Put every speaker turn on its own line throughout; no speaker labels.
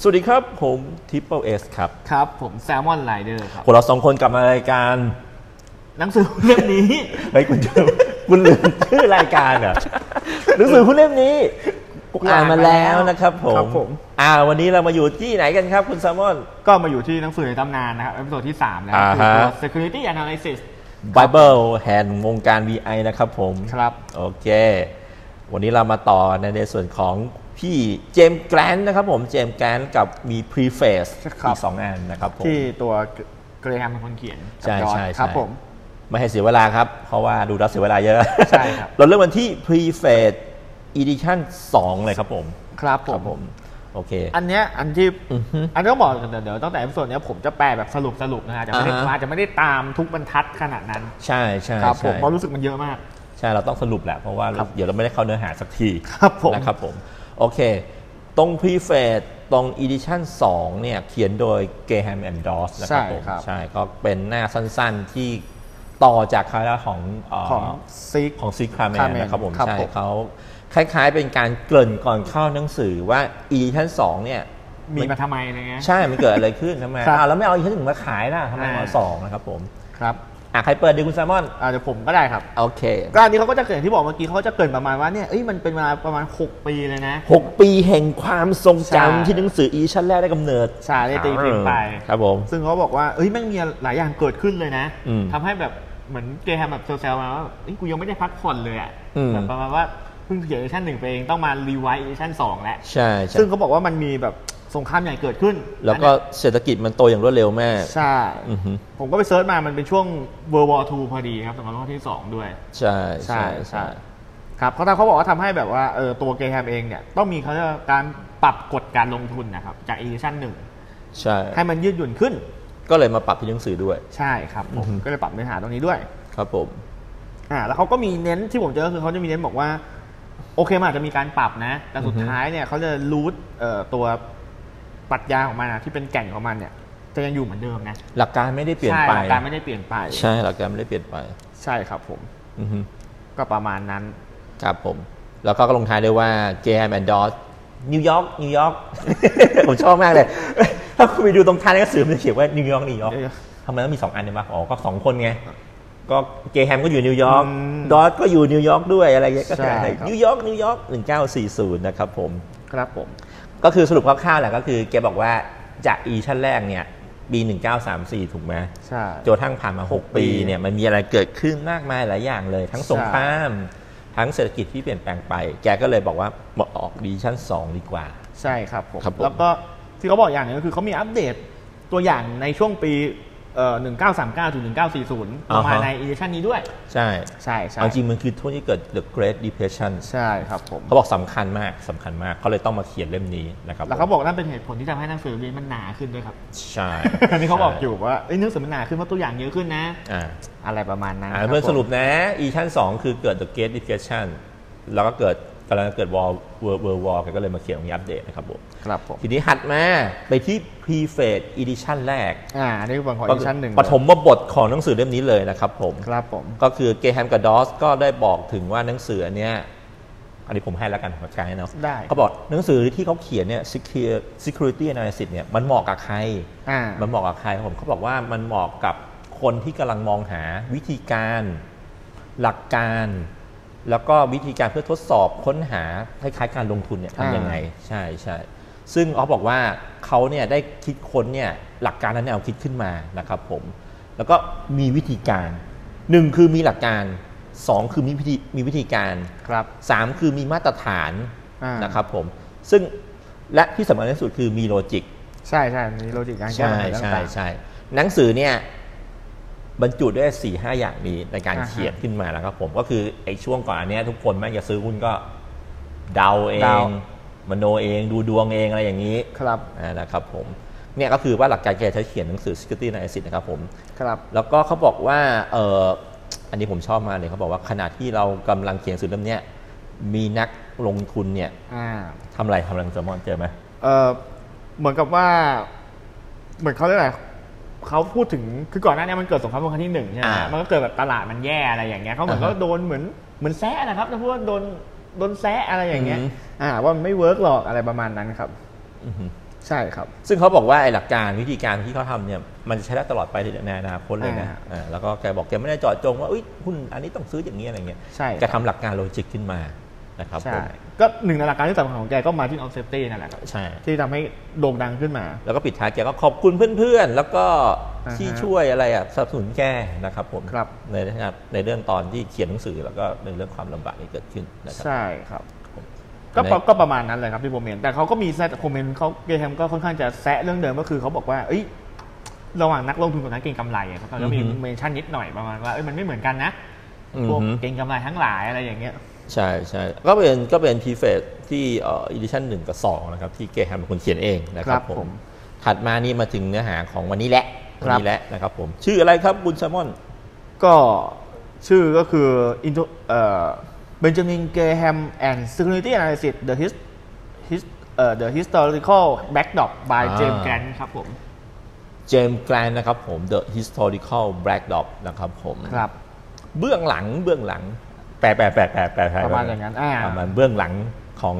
สวัสดีครับ ผมทิปเปิลเอสครับ
ครับ ผมแซลมอนไลเดอร์ครับ
พวกเราสองคนกลับมารายการ
หนังสือเล่มนี้
ไอ้ยคุณเจอคุณลืมชื่อรายการ เหรอหนังสือคุณเล่มนี้ผมอ่านมาแล้วนะครับผม
ครับผม
อ่า วันนี้เรามาอยู่ที่ไหนกันครับคุณแซลมอน
ก็มาอยู่ที่หนังสือในตำนานนะครับเอพิโซดที่ 3 แล้ว
อ่า
คือตัว
ฮะ
security analysis
Bible แห่งวงการ VI นะครับผม
ครับ
โอเค วันนี้เรามาต่อในในส่วนของพี่เจมส์แกรนท์นะครับผม เจมส์แกรนท์กับมี Preface
ครั
อี
บ
กสองอันนะครับผม
ที่ตัวเกรแฮมเป็นคนเขียนกับ
ใช่
จอร์จ
ใช่ใช่
ครับผม
ไม่ให้เสียเวลาครับ เพราะว่าดูแล้วเสียเวลาเยอะ
ใช่ครับ
เราเริ่มวันที่ Preface Edition 2 เลยครับผม
ครับผ
ครับ
ม
ผม โอเค
อันเนี้ยอันที่
อือฮึ
อันนี้ต้องบอกกันเดี๋ยวเดี๋ยวตั้งแต่เอพิโซดเนี้ยผมจะแปลแบบสรุปสรุปนะฮะจะไม่ได้
อ่าฮะ
อาจจะไม่ได้ตามทุกบรรทัดขนาดนั้น
ใช่ใช่
ครับผม
ใช่
เพราะรู้สึกมันเยอะมาก
ใช่ เราต้องสรุปแหละ เพราะว่า
ครับ
เดี๋ยวเราไม่ได้เข้าเนื้อหาสักที
ครับผม
นะครับผม โอเค ตรง Preface ตรง Edition 2 เนี่ย เขียนโดย Graham and Doss นะครับผม
ใช่ครับ
ใช่ ก็เป็นหน้าสั้นๆที่ต่อจากคาราของเอ่อ
ของซิก
ของซีคราแมน
Carmen
นะครับผม
ครับ
ใช่
ผม
เขาคล้ายๆเป็นการเกริ่นก่อนเข้าหนังสือว่า e ชั้นสองเนี่ย
มีมาทำไมอะไรเงี้ย
ใช่มันเกิดอะไรขึ้นทำไม
ครับ
อ้าวแล้วไม่เอา e ชั้นหนึ่งมาขายล่ะทำไม
อ่า
เอาสองนะครับผม
ครับ
อ่ะ ใครเปิดดีคุณแซมมอน
อ่าเดี๋ยวผมก็ได้ครับ
โอเค
ก็อันนี้เขาก็จะเกรินที่บอกเมื่อกี้เขาก็จะเกรินประมาณว่าเนี่ยเอ้ยมันเป็นเวลาประมาณ 6 ปีเลยนะ
หกปีแห่งความทรง
ใช่
จำที่หนังสือ e ชั้นแรกได้กำเนิด
ชาได้ตีพิมพ์ไป
ครับผม
ซึ่งเขาบอกว่าเอ้ยแม่งมีหลายอย่างเกิดขึ้นเลยนะ
อืม
ทำให้แบบเหมือนเกย์แฮมแบบเซลล์มาว่าเอ้ยกูยังไม่ได้พักผ่อนเลยอะ
อืม
แบบประมาณว่าเพิ่งเขียนเวอร์ชันหนึ่งไปเองต้องมารีไวซ์เวอร์ชันสองแล้ว
ใช่ใช่
ซึ่งเขาบอกว่ามันมีแบบสงครามใหญ่เกิดขึ้น
แล้วก็เศรษฐกิจมันโตอย่างรวดเร็วมาก
ใช่
อือฮึ
ผมก็ไปเซิร์ชมามันเป็นช่วง World War II พอดีครับสงครามโลกที่สองด้วย
ใช่ใช่
ใช่
ใช่
ครับเขาทำเขาบอกว่าทำให้แบบว่าเออตัวเกย์แฮมเองเนี่ยต้องมีเขาเรียกว่าการปรับกฎการลงทุนนะครับจากอีดิชั่นหนึ่ง
ใช่
ให้มันยืดหยุ่นขึ้น
ก็เลยมาปรับที่หนังสือด้วย
ใช่ครับผ
อือ
ม
ฮึ
ก็เลยปรับเนื้อหาตรงนี้ด้วย
ครับผม
อ่าแล้วเขาก็มีเน้นที่ผมเจอคือเขาจะมีเน้นบอกว่า โอเคมันอาจจะมีการปรับนะ แต่สุด
อือฮึ
ท้ายเนี่ยเขาจะรูทเอ่อตัวปรัชญาของมันนะที่เป็นแก่นของมันเนี่ยจะยังอยู่เหมือนเดิมนะ
หลักการไม่ได้เปลี่ยน
ใช่
ไป
หลักการไม่ได้เปลี่ยนไป
ใช่หลักการไม่ได้เปลี่ยนไป
ใช่ครับผม
อือฮึ
ก็ประมาณนั้น
ครับผม แล้วก็ลงท้ายด้วยว่าเกมแอนดอสนิวยอร์กนิวยอร์ก ผมชอบมากเลย ถ้าคุณไปดูตรงท้ายหนังสือมันจะเขียนว่านิวยอร์กนิวยอร์ก
เดี๋ยว
ทำไมต้องมีสองอันเนี่ยมาอ๋อก็สองคนไง ก็เกแฮมก็อยู่นิวยอร์ก
อืม
ดอสก็อยู่นิวยอร์กด้วยอะไรเงี้ยก็คือ
ใช่ครับ
นิวยอร์กนิวยอร์ก1940 นะครับผม
ครับผม
ก็คือสรุปคร่าวๆแหละก็คือแกบอกว่าจากอีชั้นแรกเนี่ยปี 1934 ถูกไหม
ใช่
จนกระทั่งผ่านมา 6 ปีเนี่ยมันมีอะไรเกิดขึ้นมากมายหลายอย่างเลย ทั้งสงคราม ทั้งเศรษฐกิจที่เปลี่ยนแปลงไป แกก็เลยบอกว่ามาออกดีชั่น 2 ดีกว่า
ใช่ครับผม
ครับผม
แล้วก็ที่เขาบอกอย่างหนึงก็คือเขามีอัปเดตตัวอย่างในช่วงปีเอ่อ1939ถึง1940ลงมาในอีดิชันนี้ด้วย
ใช่
ใช่ใช่
เอาจริงมันคือช่วงที่เกิด The Great Depression
ใช่ครับผม
เขาบอกสำคัญมากสำคัญมากเขาเลยต้องมาเขียนเล่มนี้นะครับ
แล้วเขาบอกนั่นเป็นเหตุผลที่ทำให้หนังสือเรียนมันหนาขึ้นด้วยครับ
ใช่
อันนี้เขาบอกอยู่ว่าเอ้ยหนังสือมันหนาขึ้นเพราะตัวอย่างเยอะขึ้นนะ
อ่า
อะไรประมาณนั้น
อ่า
ครับ
เมื่อสรุป
ผม
นะ อีชั่น 2 คือเกิด The Great Depression แล้วก็เกิดกำลังเกิด War World World War แกก็เลยมาเขียนตรงนี้อัปเดตนะครับผม
ครับผม
ทีนี้หัดมาไปที่ Preface Edition แรก
อ่าอันนี้คือของ
ก็
อีดิชันหนึ่ง
ปฐมบทของหนังสือเล่มนี้เลยนะครับผม
ครับผม
ก็คือเกแฮมกับดอสก็ได้บอกถึงว่าหนังสืออันเนี้ยอันนี้ผมให้แล้วกันขอการให้เนาะ
ได้
เขาบอกหนังสือที่เขาเขียนเนี่ย Secure- security analysis เนี่ยมันเหมาะกับใคร
อ่า
มันเหมาะกับใครครับผมเขาบอกว่ามันเหมาะกับคนที่กำลังมองหาวิธีการหลักการ แล้วก็วิธีการเพื่อทดสอบค้นหาคล้ายๆการลงทุนเนี่ย
อ่า
ทำยังไง ใช่ใช่ซึ่งออฟบอกว่าเขาเนี่ยได้คิดค้นเนี่ยหลักการและแนวคิดขึ้นมานะครับผม แล้วก็มีวิธีการหนึ่งคือมีหลักการสองคือมีวิธีมีวิธีการ
ครับ
สามคือมีมาตรฐาน
อ่าน
นะครับผม ซึ่งและที่สำคัญที่สุดคือมีโลจิก
ใช่ใช่มีโลจิกการแก้
ใช่
ปัญหาเรื่อง
ใช่
ต่าง
ใช่หนังสือเนี่ยบรรจุด้วย4ี่ห้าอย่างนี้ในการ
อ่าฮะ
เขียนขึ้นมาแล้วครับผมก็คือไอ้ช่วงก่อนอันเนี้ยทุกคนแม่งจะซื้อหุ้นก็เดาเอ
เดา
ง มโนเองดูดวงเองอะไรอย่างนี้
ๆครับ
อ่านะครับผมเนี่ยก็คือว่าหลักการแกใช้เขียนหนังสือ Security Analysis นะครับผม
ครับ
แล้วก็เขาบอกว่าเอออันนี้ผมชอบมากเลยเขาบอกว่าขณะที่เรากำลังเขียนหนังสือเล่มเนี้ยมีนักลงทุนเนี่ย
อ่า
ทำอะไรทำอะไรคุณแซมมอนเจอไหม
เอ่อเหมือนกับว่า เหมือนเขาเรียกอะไรเขาพูดถึงคือก่อนหน้านี้มันเกิดสงครามโลกครั้งที่หนึ่งใช่ไหม
อ่ามั
มันก็เกิดแบบตลาดมันแย่อะไรอย่างเงี้ยเขาเหมือน
อ่า
ก็
ฮะ
โดนเหมือนเหมือนแซะนะครับจะพูดว่าโดนโดนแซะอะไรอย่างเงี้ย
อือฮึ
อ่าว่ามันไม่เวิร์กหรอกอะไรประมาณนั้นครับ
อือหือ
ใช่ครับ
ซึ่งเขาบอกว่าไอ้หลักการวิธีการที่เขาทำเนี่ยมันจะใช้ได้ตลอดไปถึงในอนาคตเลยนะ
อ่า
อ่าแล้วก็แกบอกแกไม่ได้เจอดจงว่าอุ้ยหุ้นอันนี้ต้องซื้ออย่างนี้อะไรเงี้ย
ใช่
แกทำหลักการโลจิกขึ้นมานะครับผ
ใช่
ม
ก็หนึ่งในหลักการที่สำคัญของแกก็ margin of safety นั่นแหละครับ
ใช่
ที่ทำให้โด่งดังขึ้นมา
แล้วก็ปิดท้ายแกก็ขอบคุณเพื่อนๆ แล้วก็
อ่าฮะ
ที่ช่วยอะไรอ่ะสนับสนุนแกนะครับผม
ครับ
ในเรื่องงานในเรื่องตอนที่เขียนหนังสือแล้วก็ในเรื่องความลำบากที่เกิดขึ้นนะครับ
ใช่ครับ
ผม
ก็
ได้
ก็ก็ประมาณนั้นเลยครับที่ผมเห็นแต่เขาก็มีแซะคอมเมนต์เขาเกรแฮมก็ค่อนข้างจะแซะเรื่องเดิมก็คือเขาบอกว่าเอ้ยระหว่างนักลงทุนกับนักเก็งกำไรอะเขาก็มี
อือฮึ
เมนชั่นนิดหน่อยประมาณว่าเอ้ยมันไม่เหมือนกันนะ
อืม
พวกเก็งกำไรทั้งหลายอะไรอย่างเงี้ย
ใช่ใช่ก็เป็นก็เป็นพีเฟสที่เอ่ออีดิชั่นหนึ่งกับสองนะครับที่เกรแฮมเป็นคนเขียนเองนะค
ค
รั
รั
บบ ผ
ผม ม
ถัดมานี่มาถึงเนื้อหาของวันนี้แหละวัน
ครับ
นี้แหละนะครับผมชื่ออะไรครับคุณแซมมอน
ก็ชื่อก็คืออินโทเอ่อเบนจามินเกรแฮม and security analysis the his his เอ่อ the historical backdrop by
อ่า
James Grant ครับผม
เจมส์แกรนนะครับผม The Historical Black Dog นะครับผม
ครับ
เบื้องหลังเบื้องหลังแปลแปลแปลแปลแปลแปล
ประมาณอย่างนั้นอ่า
ประมาณเบื้องหลังของ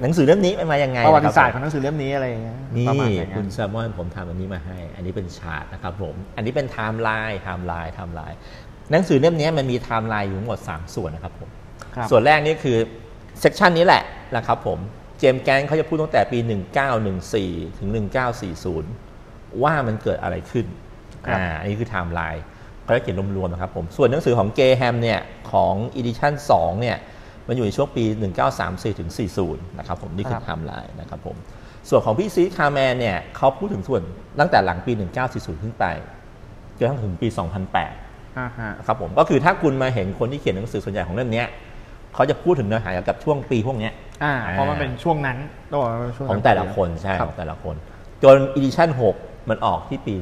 หนังสือเล่มนี้มันมายังไง
ประวัติศาสตร์
ค
ขอบ งหนังสือเล่มนี้อะไรอย่างเงี้ย
นี่
ประมาณอย่าง
คุ
นั้
ณ
น
แซมมอนผมทำอันนี้มาให้ อันนี้เป็นฉากนะครับผม อันนี้เป็นไทม์ไลน์ไทม์ไลน์ไทม์ไลน์หนังสือเล่มนี้มันมีไทม์ไลน์อยู่ทั้งหมด 3 ส่วนนะครับผม
ครับ
ส่วนแรกนี่คือเซกชันนี้แหละนะครับผมเจมส์แกนเขาจะพูดตั้งแต่ปี 1914 ถึง 1940 ว่ามันเกิดอะไรขึ้น
ครับ
อ่าอันนี้คือไทม์ไลน์เขาจะเขียนรวมๆนะครับผมส่วนหนังสือของเกแฮมเนี่ยของอีดิชั่น2เนี่ยมันอยู่ในช่วงปี 1934 ถึง 40 นะครับผมนี่คือไทม์ไลน์นะครับผมส่วนของพี่ซีคาร์แมนเนี่ยเขาพูดถึงส่วนตั้งแต่หลังปี 1940 ขึ้นไปจนกระทั่งถึงปี 2008
อ่าฮะ
นะครับผมก็คือถ้าคุณมาเห็นคนที่เขียนหนังสือส่วนใหญ่ของเล่มเนี้ยเขาจะพูดถึงเนื้อหาเกี่ยวกับช่วงปีพวกเนี้ย
อ่า
อ่า
เพราะมันเป็นช่วงนั้นต้องบอกว่าเป็นช่วง
ของแต่ละคนใช่
ครั
ข
บ
องแต่ละคน จนอีดิชั่น6 มันออกที่ปี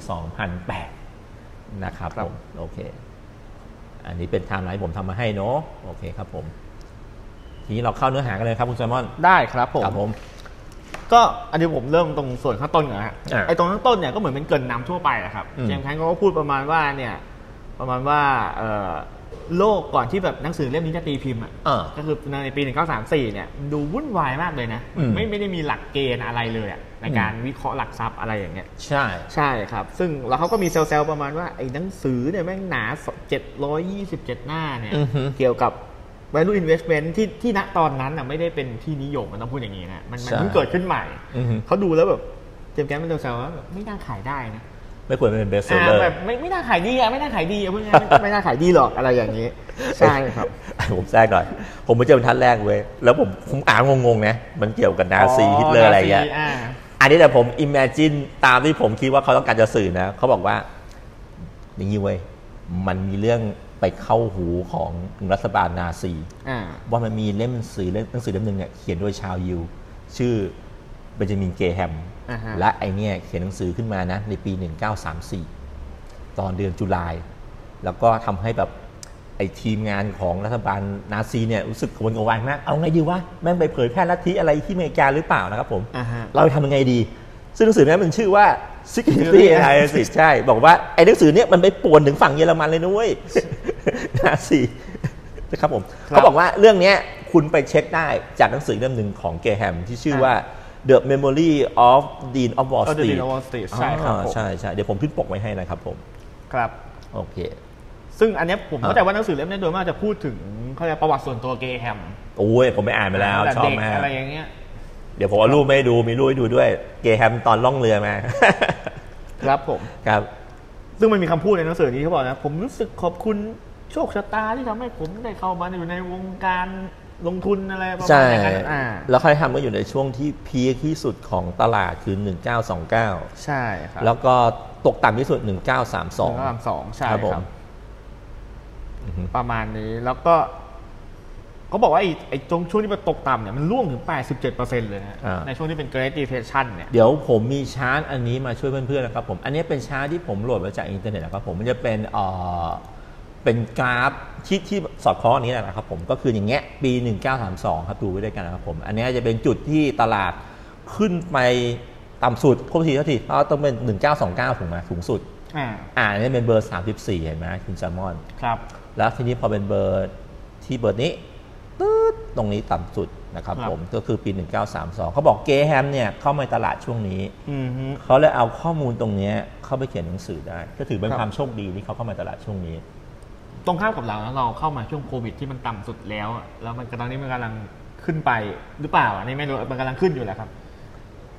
2008 นะครับ
ครับ
ผม โอเค อันนี้เป็นไทม์ไลน์ผมทำมาให้เนอะโอเคครับผม ทีนี้เราเข้าเนื้อหากันเลยครับคุณแซมมอน
ได้ครับผม
ครับผม
ก็อันนี้ผมเริ่มตรงส่วนข้างต้นก่อนนะฮะ
อ่า
ไอ้ตรงข้างต้นเนี่ยก็เหมือนเป็นเกรินนำทั่วไปแหละครับ
อืม
เจมส์แคนเขาก็พูดประมาณว่าเนี่ยประมาณว่าเอ่อโลกก่อนที่แบบหนังสือเล่มนี้จะตีพิมพ์อ่ะ
อ่า
ก็คือในปี 1934 เนี่ยดูวุ่นวายมากเลยนะ
อืม
ไม่ไม่ได้มีหลักเกณฑ์อะไรเลยอะในการวิเคราะห์หลักทรัพย์อะไรอย่างเงี้ย
ใช่
ใช่ครับ ซึ่งแล้วเขาก็มีเซลล์ประมาณว่าไอ้หนังสือเนี่ยแม่งหนา 727 หน้าเนี่ย
อือฮึ
เกี่ยวกับ value investment ที่ที่ณตอนนั้นน่ะไม่ได้เป็นที่นิยมมันต้องพูดอย่างนี้นะ มันมัน
ใช่
เพิ่งเกิดขึ้นใหม่
อือฮึ
เขาดูแล้วแบบเจมส์แกนเป็นเซลล์ว่าแบบไม่น่าขายได้นะ
ไม่ควรเป็นเบสเซอ
อ่า
ร์
แบบไม่ไม่น่าขายดีอะไม่น่าขายดีอะพูดง่ายๆไม่ไม่น่าขายดีหรอกอะไรอย่างนี้ ใช่ครับ
ผมแทรกหน่อย ผมไปเจอบรรทัดแรกเว้ย แล้วผมผมอ่านงงๆนะ มันเกี่ยวกับนาซีฮิตเลอร์อะไรอย่างเงี้ย
นาซีอ่า
อันนี้แต่ผม imagine ตามที่ผมคิดว่าเขาต้องการจะสื่อนะ เขาบอกว่า อย่างนี้เว้ย มันมีเรื่องไปเข้าหูของรัฐบาลนาซี
อ่า
ว่ามันมีเล่มหนังสือเล่มหนังสือเล่มหนึ่งเนี่ยเขียนโดยชาวยิว ชื่อเบนจามินเกรแฮม
อ่าฮะ
และไอเนี่ยเขียนหนังสือขึ้นมานะ ในปี 1934 ตอนเดือนจุลาย แล้วก็ทำให้แบบไอทีมงานของรัฐบาลนาซีเนี่ยรู้สึกกระวนกระวายมาก เอาไงดีวะแม่งไปเผยแพร่ลัทธิอะไรที่อเมริกาหรือเปล่านะครับผม
อ่าฮะ
เราทำยังไงดี ซึ่งหนังสือเนี้มันชื่อว่า Security
Security
Analysis ใช่ บอกว่าไอ้หนังสือเนี้มันไปป่วนถึงฝั่งเยอรมันเลยนะเว้ย นาซีนะครับผม
ครับ
เขาบอกว่าเรื่องเนี้ยคุณไปเช็คได้จากหนังสือเล่มหนึ่งของเกรแฮมที่ชื่อว่า The Memory of Dean of Wall
of the
Street
Dean of Wall Street ใช่ครับ
อ่า
ผม
ใช่ใช่เดี๋ยวผมขึ้นปกไว้ให้นะครับผม
ครับ
โอเค
ซึ่งอันเนี้ยผม
อ่า
เข้าใจว่าหนังสือเล่มเนี้ยโดยมากจะพูดถึงเขาเรียกประวัติส่วนตัวเกรแฮม
โอ้ยผมไปอ่านมาแล้ว
ตั้ง
ชอบ
ต่เด็ก
มาก
อะไรอย่างเงี้ย
เดี๋ยวผมเอารูปมาให้ดูมีรูปให้ดูด้วยเกรแฮมตอนล่องเรือมา
ครับผม
ครับ
ซึ่งมันมีคำพูดในหนังสือนี้เขาบอกนะ ผมรู้สึกขอบคุณโชคชะตาที่ทำให้ผมได้เข้ามาอยู่ในวงการลงทุนอะไรประมาณ
ใช่
อย่างนั้นอ่า
แล้วค่อยทำก็อยู่ในช่วงที่พีคที่สุดของตลาดคือ 1929
ใช่ครับ
แล้วก็ตกต่ำที่สุด 1932
สองสามสองใช่
ครับผ
ครั
ม
บ
อือฮึ
ประมาณนี้แล้วก็ ก็บอกว่าไอ้ไอ้ตรงช่วงที่มันตกต่ำเนี่ยมันร่วงถึง 87%เลยนะ
อ่า
ในช่วงที่เป็น Great Depression เนี่ย
เดี๋ยวผมมีชาร์ตอันนี้มาช่วยเพื่อนๆนะครับผม อันนี้เป็นชาร์ตที่ผมโหลดมาจากอินเทอร์เน็ตนะครับผม มันจะเป็นเอ่อเป็นกราฟที่ที่สอดคล้องอันนี้แหละนะครับผม ก็คืออย่างเงี้ยปี 1932 ครับดูไว้ด้วยกันนะครับผม อันนี้จะเป็นจุดที่ตลาดขึ้นไปต่ำสุดโทษทีโทษทีเอาต้องเป็น 1929ถูกไหมสูงสุด
อ่า
อ่าอันนี่เป็นเบอร์ 34 เห็นไหมคุณแซมมอน
ครับ
แล้วทีนี้พอเป็นเบอร์ที่เบอร์นี้ตื๊ดตรงนี้ต่ำสุด นะครับ
ครับ
ผมก็คือปี 1932 เขาบอกเกแฮมเนี่ยเข้ามาตลาดช่วงนี้
อืมฮึ
เขาเลยเอาข้อมูลตรงเนี้ยเข้าไปเขียนหนังสือได้ ก็ถือเป็น
ครับ
ความโชคดีที่เขาเข้ามาตลาดช่วงนี้
ตรงข้ามกับเรานะเราเข้ามาช่วงโควิดที่มันต่ำสุดแล้วอะแล้วมันตอนนี้มันกำลังขึ้นไปหรือเปล่าอันนี้ไม่รู้มันกำลังขึ้นอยู่แหละครับ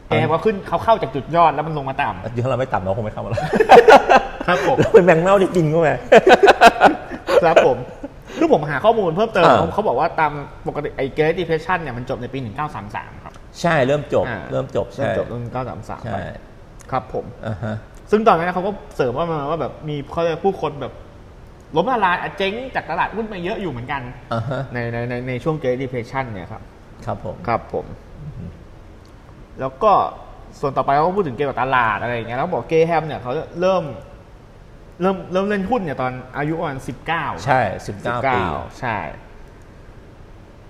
เอ่อ
แต่ว่าขึ้นเขาเข้าจากจุดยอดแล้วมันลงมาต่ำ
เดี๋ยวเราไม่ต่ำเราคงไม่เข้ามาแล้ว
ครับผม
เราเป็นแมงเม่าที่กินเข้าไป
ครับผมคือผมหาข้อมูลเพิ่มเติม
อ่า
เขาบอกว่าตามปกติไอ้ Great Depression เนี่ยมันจบในปี 1933 ครับ
ใช่เริ่มจบ
อ่า
เริ่มจบ
เริ่
ใช่
มจบใน1933
ใช่
ไปครับผม
อ่าฮะ
ซึ่งตอนนั้นเขาก็เสริมว่ามาว่าแบบมีเขาเรียกผู้คนแบบล้มละลายอ่ะเจ๊งจากตลาดหุ้นมาเยอะอยู่เหมือนกัน
อ่าฮะ
ในในในในช่วง Great Depression เนี่ยครับ
ครับผม
ครับผม แล้วก็ส่วนต่อไปเขาก็พูดถึงเกมกับตลาดอะไรอย่างเงี้ยแล้วบอกเกย์แฮมเนี่ยเขาเริ่ม เริ่มเริ่มเล่นหุ้นเนี่ยตอนอายุประมาณสิบเก้า
ใช่ 19 ปี
ใช่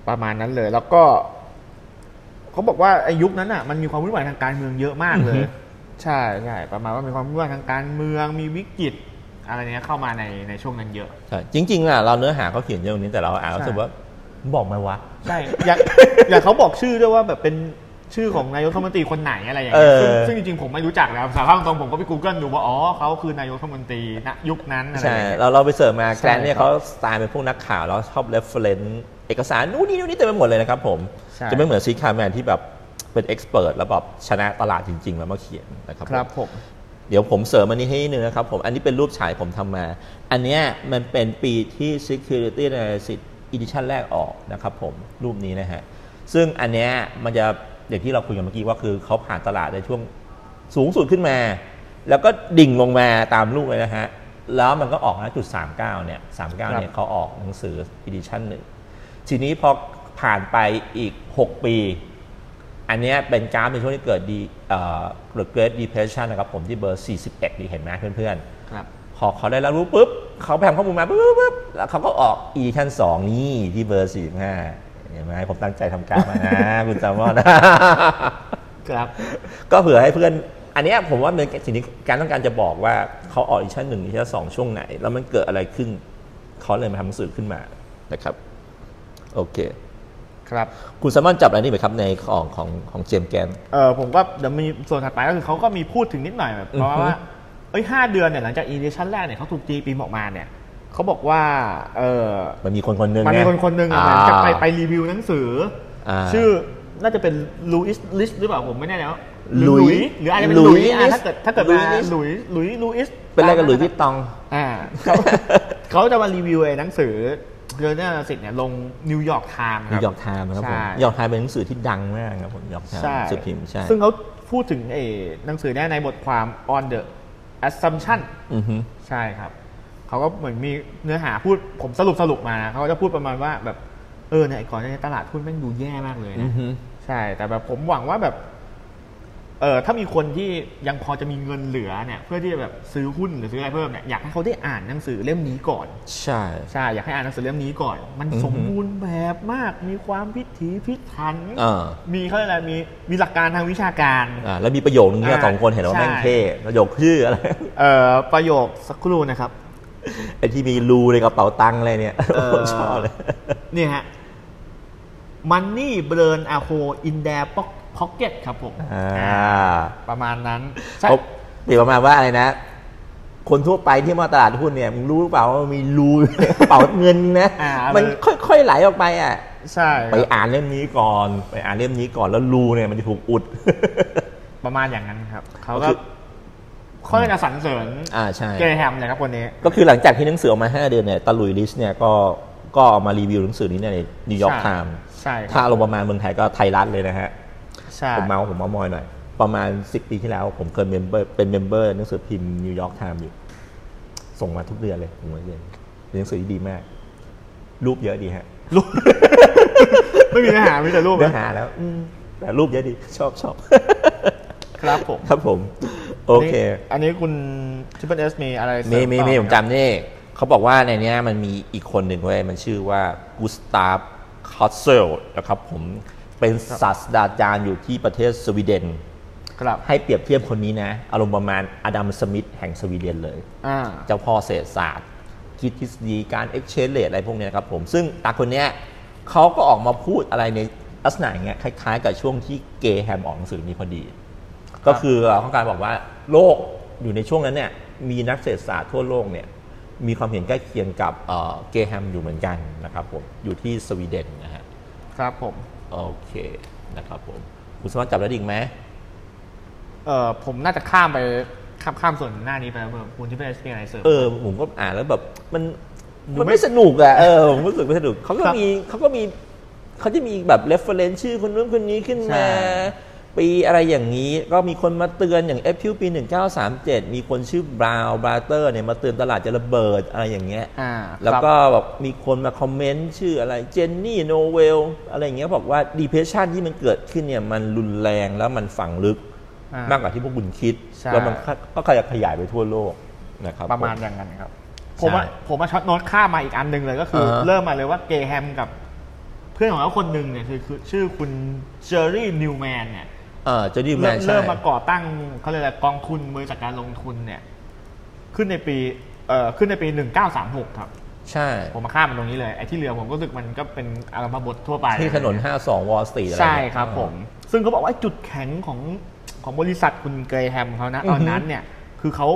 ประมาณนั้นเลย แล้วก็เขาบอกว่าไอายุคนั้นอ่ะ มันมีความวุ่นวายทางการเมืองเยอะมาก
อื
เล
อ
ย
ฮึ
ใช่ใช่ประมาณว่ามีความวุ่นวายทางการเมืองมีวิกฤต อะไรเนี้ยเข้ามาในในช่วงนั้นเยอะ
ใช่จริงๆอ่ะเราเนื้อหาเขาเขียนเยอะตรงนี้แต่เราอ่าน
ใช่
รู้สึกว่าบอกไหมวะ
ใช่ อย่าง อย่างเขาบอกชื่อด้วยว่าแบบเป็นชื่อของนายกรัฐมนตรีคนไหนอะไรอย่างเงี้ย
เออ
ซึ่งซึ่งจริงๆ ผมไม่รู้จักนะครับสารภาพตรงๆผมก็ไป Google ดูว่า อ๋อเขาคือนายกรัฐมนตรีณยุคนั้นอะไรอ
ใช่
ย่างเงี้ย
เราเราไปเสิร์ชมาแกรนเนี่ย
ครับ
เขาสไตล์เป็นพวกนักข่าวแล้วชอบเรฟเฟรนซ์เอกสารนู่นนี่นู่นนี่เต็มไปหมดเลยนะครับผม
ใช่
จะไม่เหมือนซีคาแมนที่แบบเป็นเอ็กซ์เพรสแล้วแบบชนะตลาดจริง ๆ แล้วมาเขียนนะครับผม
ครับผม
เดี๋ยวผมเสริมอันนี้ให้นิดนึงนะครับผม อันนี้เป็นรูปฉายผมทำมา อันเนี้ยมันเป็นปีที่ Security Analysis Edition แรกออกนะครับผม รูปนี้นะฮะ ซึ่งอันเนี้ยมันจะอย่างที่เราคุยกันเมื่อกี้ว่าคือเขาผ่านตลาดในช่วงสูงสุดขึ้นมา แล้วก็ดิ่งลงมาตามรูปเลยนะฮะ แล้วมันก็ออกนะจุด 39 เนี่ย 39
ครับ
เนี่ยเขาออกหนังสือ Edition หนึ่ง ทีนี้พอผ่านไปอีก 6 ปี อันเนี้ยเป็นกราฟในช่วงที่เกิดดีเอ่อเกิด Great Depression นะครับผมที่เบอร์ 41 ดีเห็นไหมเพื่อน
ครับ
ๆ พอเขาได้รับรู้ปุ๊บเขาแพมข้อมูลมาปุ๊บปุ๊บปุ๊บแล้วเขาก็ออก e ชั้น2นี่ที่เบอร์ 45 เห็นไหมผมตั้งใจทำกราฟมานะ คุณจามอน
ครับ
ก็เผื่อให้เพื่อน อันเนี้ยผมว่าเป็นสิ่งที่การต้องการจะบอกว่าเขาออกอีชั้นหนึ่งอีชั้นสองช่วงไหน แล้วมันเกิดอะไรขึ้นเขาเลยมาทำหนังสือขึ้นมานะครับโอเค
ครับ
คุณสามารถจับอะไรนี่ไหมครับในของของของเจมส์แกน
เออผมก็เดี๋ยวมีส่วนถัดไปก็คือเขาก็มีพูดถึงนิดหน่อยแบบเพราะว่า เอ้ยห้าเดือนเนี่ยหลังจากอีเดชั่นแรกเนี่ยเขาถูกตีปีมออกมาเนี่ยเขาบอกว่า เออ
มันมีคนคนหนึ่ง
มันมี
ไง
คนคนหนึ่งอะ
อ่า
เหมือนจะไปไปรีวิวหนังสืออา ชื่อน่าจะเป็นลูอิสลิสหรือเปล่าผมไม่แน่ใจว่าหรือ
ลุ
ลุ
ย
ยหรืออาจจะเป็น
ลุ
ลุ
ย
ยอ่ะ
List
ถ้าเกิดถ้าเกิด
ลุ
มาย
List
ลุยลุยลุอิส
เป็นอะไรกับหลุยส์วิตตอง
อ่าเขาเขาจะมารีวิวไอ้หนังสือเรื่องนี้สิทธิ์เนี่ยลงนิวยอร์กไทม์ค
นิ
รั
วยอร์กไทม์นะครับผม
ใช่
นิวยอร์กไทม์เป็นหนังสือที่ดังมากครับผมนิวยอร์กไทม์
ใช่
สือพิมพ์ใช่
ซึ่งเขาพูดถึงไอ้หนังสือเนี่ยในบทความ on the assumption
อือฮึ
ใช่ครับ เขาก็เหมือนมีเนื้อหาพูดผมสรุปสรุปมานะเขาก็จะพูดประมาณว่าแบบเออเนี่ยก่อนหนานี้ตลาดหุ้นแม่งดูแย่มากเลย
อื
นะ
อฮึ
ใช่ แต่แบบผมหวังว่าแบบเออถ้ามีคนที่ยังพอจะมีเงินเหลือเนี่ยเพื่อที่จะแบบซื้อหุ้นหรือซื้ออะไรเพิ่มเนี่ยอยากให้เขาได้อ่านหนังสือเล่มนี้ก่อน
ใช่
ใช่อยากให้อ่านหนังสือเล่มนี้ก่อน มัน
อือฮึ
สมบูรณ์แบบมาก มีความพิถีพิถัน
อ่า
มีเขาเรียกอะไรมีมีหลักการทางวิชาการ
อ่าแล้วมีประโยคนึงที่เรา
อ่า
สองคนเห็นแล้วว่า
ใช่
แม่งเท่ประโยคชื่ออะไร
เอ่อประโยคสักครู่นะครับ
ไอ้ที่มีรูในกระเป๋าตังค์อะไรเนี่ย
เออ
ผมชอบเลย
เนี่ยฮะ money burn a hole in their pock- pocket ครับผม
อ่า
ประมาณนั้นใช่
เขาเปรียบประมาณว่าอะไรนะ คนทั่วไปที่มาตลาดหุ้นเนี่ยมึงรู้หรือเปล่าว่ามันมีรูในกระเป๋าเงินนะ
อ่า
มั
มัน
ค่อยๆไหลออกไปอ่ะ
ใช่
ไปอ่านเล่มนี้ก่อน ไปอ่านเล่มนี้ก่อนแล้วรูเนี่ยมันจะถูกอุด
ประมาณอย่างนั้นครับ เขา
ก็
ก็
คือ
ค่อยจะสรรเสริญ
อ่าใช่
เกรแฮมเลยครับคนนี้
ก็คือหลังจากที่หนังสือออกมา 5 เดือนเนี่ยตะลุยลิสเนี่ยก็ก็เอามารีวิวหนังสือนี้ในนิวยอร์กไท
ใช่
ม์
ใช่ค
ถ้า
รับ
ลงประมาณเมืองไทยก็ไทยรัฐเลยนะฮะ
ใช่
ผมเมาผมเมามอยหน่อย ประมาณ 10 ปีที่แล้ว ผมเคยเมมเบอร์เป็นเมมเบอร์หนังสือพิมพ์นิวยอร์กไทม์อยู่ ส่งมาทุกเดือนเลยผมว่าเดือนเป็นหนังสือที่ดีมาก รูปเยอะดีฮะ
รูป ไม่มีเนื้อหามีแต่รูป
เนื้อ
นะ
หาแล้วอืมแต่รูปเยอะดีชอบช อบ
ครับผม
ครับผม โอเค
อันนี้คุณ Triple S มีอะไรเสริ
มีมีมี
ต่อ
ผมจำนี่เขาบอกว่าในเนี้ยมันมีอีกคนหนึ่งเว้ยมันชื่อว่ากูสตาฟคอสเซลนะครับผมเป็นศาสตราจารย์อยู่ที่ประเทศสวีเดน
ครับ
ให้เปรียบเทียบคนนี้นะ อารมณ์ประมาณอดัมสมิธแห่งสวีเดนเลย
อ่า
เจ้าพ่อเศรษฐศาสตร์ คิดทฤษฎีการ exchange rate อะไรพวกเนี้ยนะครับผม ซึ่งตาคนเนี้ยเขาก็ออกมาพูดอะไรใน ลักษณะอย่างเงี้ยคล้าย ๆ กับช่วงที่เกย์แฮมออกหนังสือนี้พอดี ก็คือเราต้องการบอกว่าโลกอยู่ในช่วงนั้นเนี่ยมีนักเศรษฐศาสตร์ทั่วโลกเนี่ยมีความเห็นใกล้เคียงกับเอ่อเกย์แฮมอยู่เหมือนกันนะครับผมอยู่ที่สวีเดนนะฮะ
ครับผม
โอเคนะครับผม คุณสามารถจับแล้วดิ่งไหม
เอ่อผมน่าจะข้ามไปข้ามข้ามส่วนหน้านี้ไปแล้วเพื่อนคุณที่ไม่ได้มีอะไรเสริม
เออผมก็อ่านแล้วแบบมัน
ดู
มัน
ไม่
ไม่สนุกอะเออผมรู้สึกไม่สนุกเขาก็
ครับ
มีเขาก็มีเขาจะมีแบบ reference ชื่อคนนู้นคนนี้ขึ้น
ใช่
มา ปีอะไรอย่างนี้ ก็มีคนมาเตือนอย่าง f อพิวปี 1937 มีคนชื่อบราวบราเตอร์เนี่ยมาเตือนตลาดจะระเบิดอะไรอย่างเงี้ย
อ่า
แล้ว
ครับ
ก็แบบมีคนมาคอมเมนต์ชื่ออะไรเจนนี่โนเวลอะไรอย่างเงี้ยบอกว่า depression ที่มันเกิดขึ้นเนี่ยมันรุนแรงแล้วมันฝังลึก
อ่
มากกว่าที่พวกคุณคิด
ใช่
แล้วมันก็ขยับขยายไปทั่วโลกนะครับ
ประมาณอย่างนั้นครับ ผมว่า
ใช่
ผมว่าช็อตโน้ตข้ามมาอีกอันหนึ่งเลยก็คืออา
ฮะ
เริ่มมาเลยว่าเกย์แฮมกับ เพื่อนของเขาคนหนึ่งเนี่ยคือคือชื่อคุณเจอร์รี่นิวแมนเนี่ย
เออจะดีแม
เริ่ม
นใช่
เริ่มมาก่อตั้งเขาเรียกอะไรกองทุนบริษัทการลงทุนเนี่ย ขึ้นในปีเอ่อขึ้นในปี 1936 ครับ
ใช่
ผมมาข้ามมันตรงนี้เลยไอ้ที่เหลือผมก็รู้สึกมันก็เป็นอารมบททั่วไป
ที่ถนน 52 วอลสตรีทอะไร
ใช่
เนี่ย
ครับผม ซึ่งเขาบอกว่าจุดแข็งของของบริษัทคุณเกรแฮมเขานะตอนนั้นเนี่ย คือเขา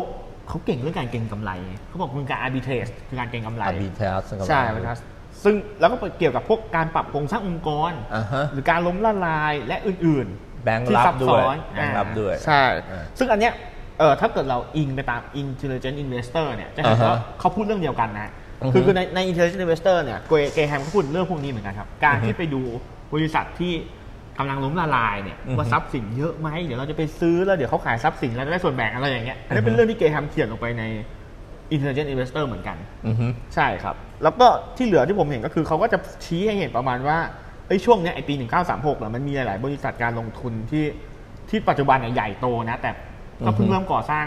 เขาเก่งเรื่องการเก็งกำไร เขาบอกคุณการ arbitrage คือการเก็งกำไร
อาบีเทส
ใช่ครับซึ่งแล้วก็เกี่ยวกับพวกการปรับโครงสร้างองค์กร
อ่าฮะ
หรือการล้มละลายและอื่นๆ
แบงค์
ที่
รั
ซั
บบ ด้
ซ้
วย
อน
แบงค์รับ
อ่า
ด้วย
ใช่
อ่า
ซึ่งอันเนี้ยเออถ้าเกิดเราอิงไปตาม intelligent investor เนี่ยจะเห็น
อ่าฮะ
ว่าเขาพูดเรื่องเดียวกันนะ
อือฮึ
คือคือในใน intelligent investor เนี่ยเกรเกรแฮมเขาพูดเรื่องพวกนี้เหมือนกันครับ การที่ไปดูบริษัทที่กำลังล้มละลายเนี่ย
อือฮึ
ว่าทรัพย์สินเยอะไหมเดี๋ยวเราจะไปซื้อแล้วเดี๋ยวเขาขายทรัพย์สินแล้วจะได้ส่วนแบ่งอะไรอย่างเงี้ยอันนี้เป็
อื
น
อฮึ
เรื่องที่เกรแฮมเขียนลงไปใน intelligent investor เหมือนกัน
อือฮึ
ใช่ครับ แล้วก็ที่เหลือที่ผมเห็นก็คือเขาก็จะชี้ให้เห็นประมาณว่าไอ้ยช่วงเนี้ยไอ้ปี 1936เนี่ยมันมีหลาย ๆ บริษัทการลงทุนที่ที่ปัจจุบันเนี่ยใหญ่โตนะ แต่ก็เพิ่ง
อือฮึ
เริ่มก่อสร้าง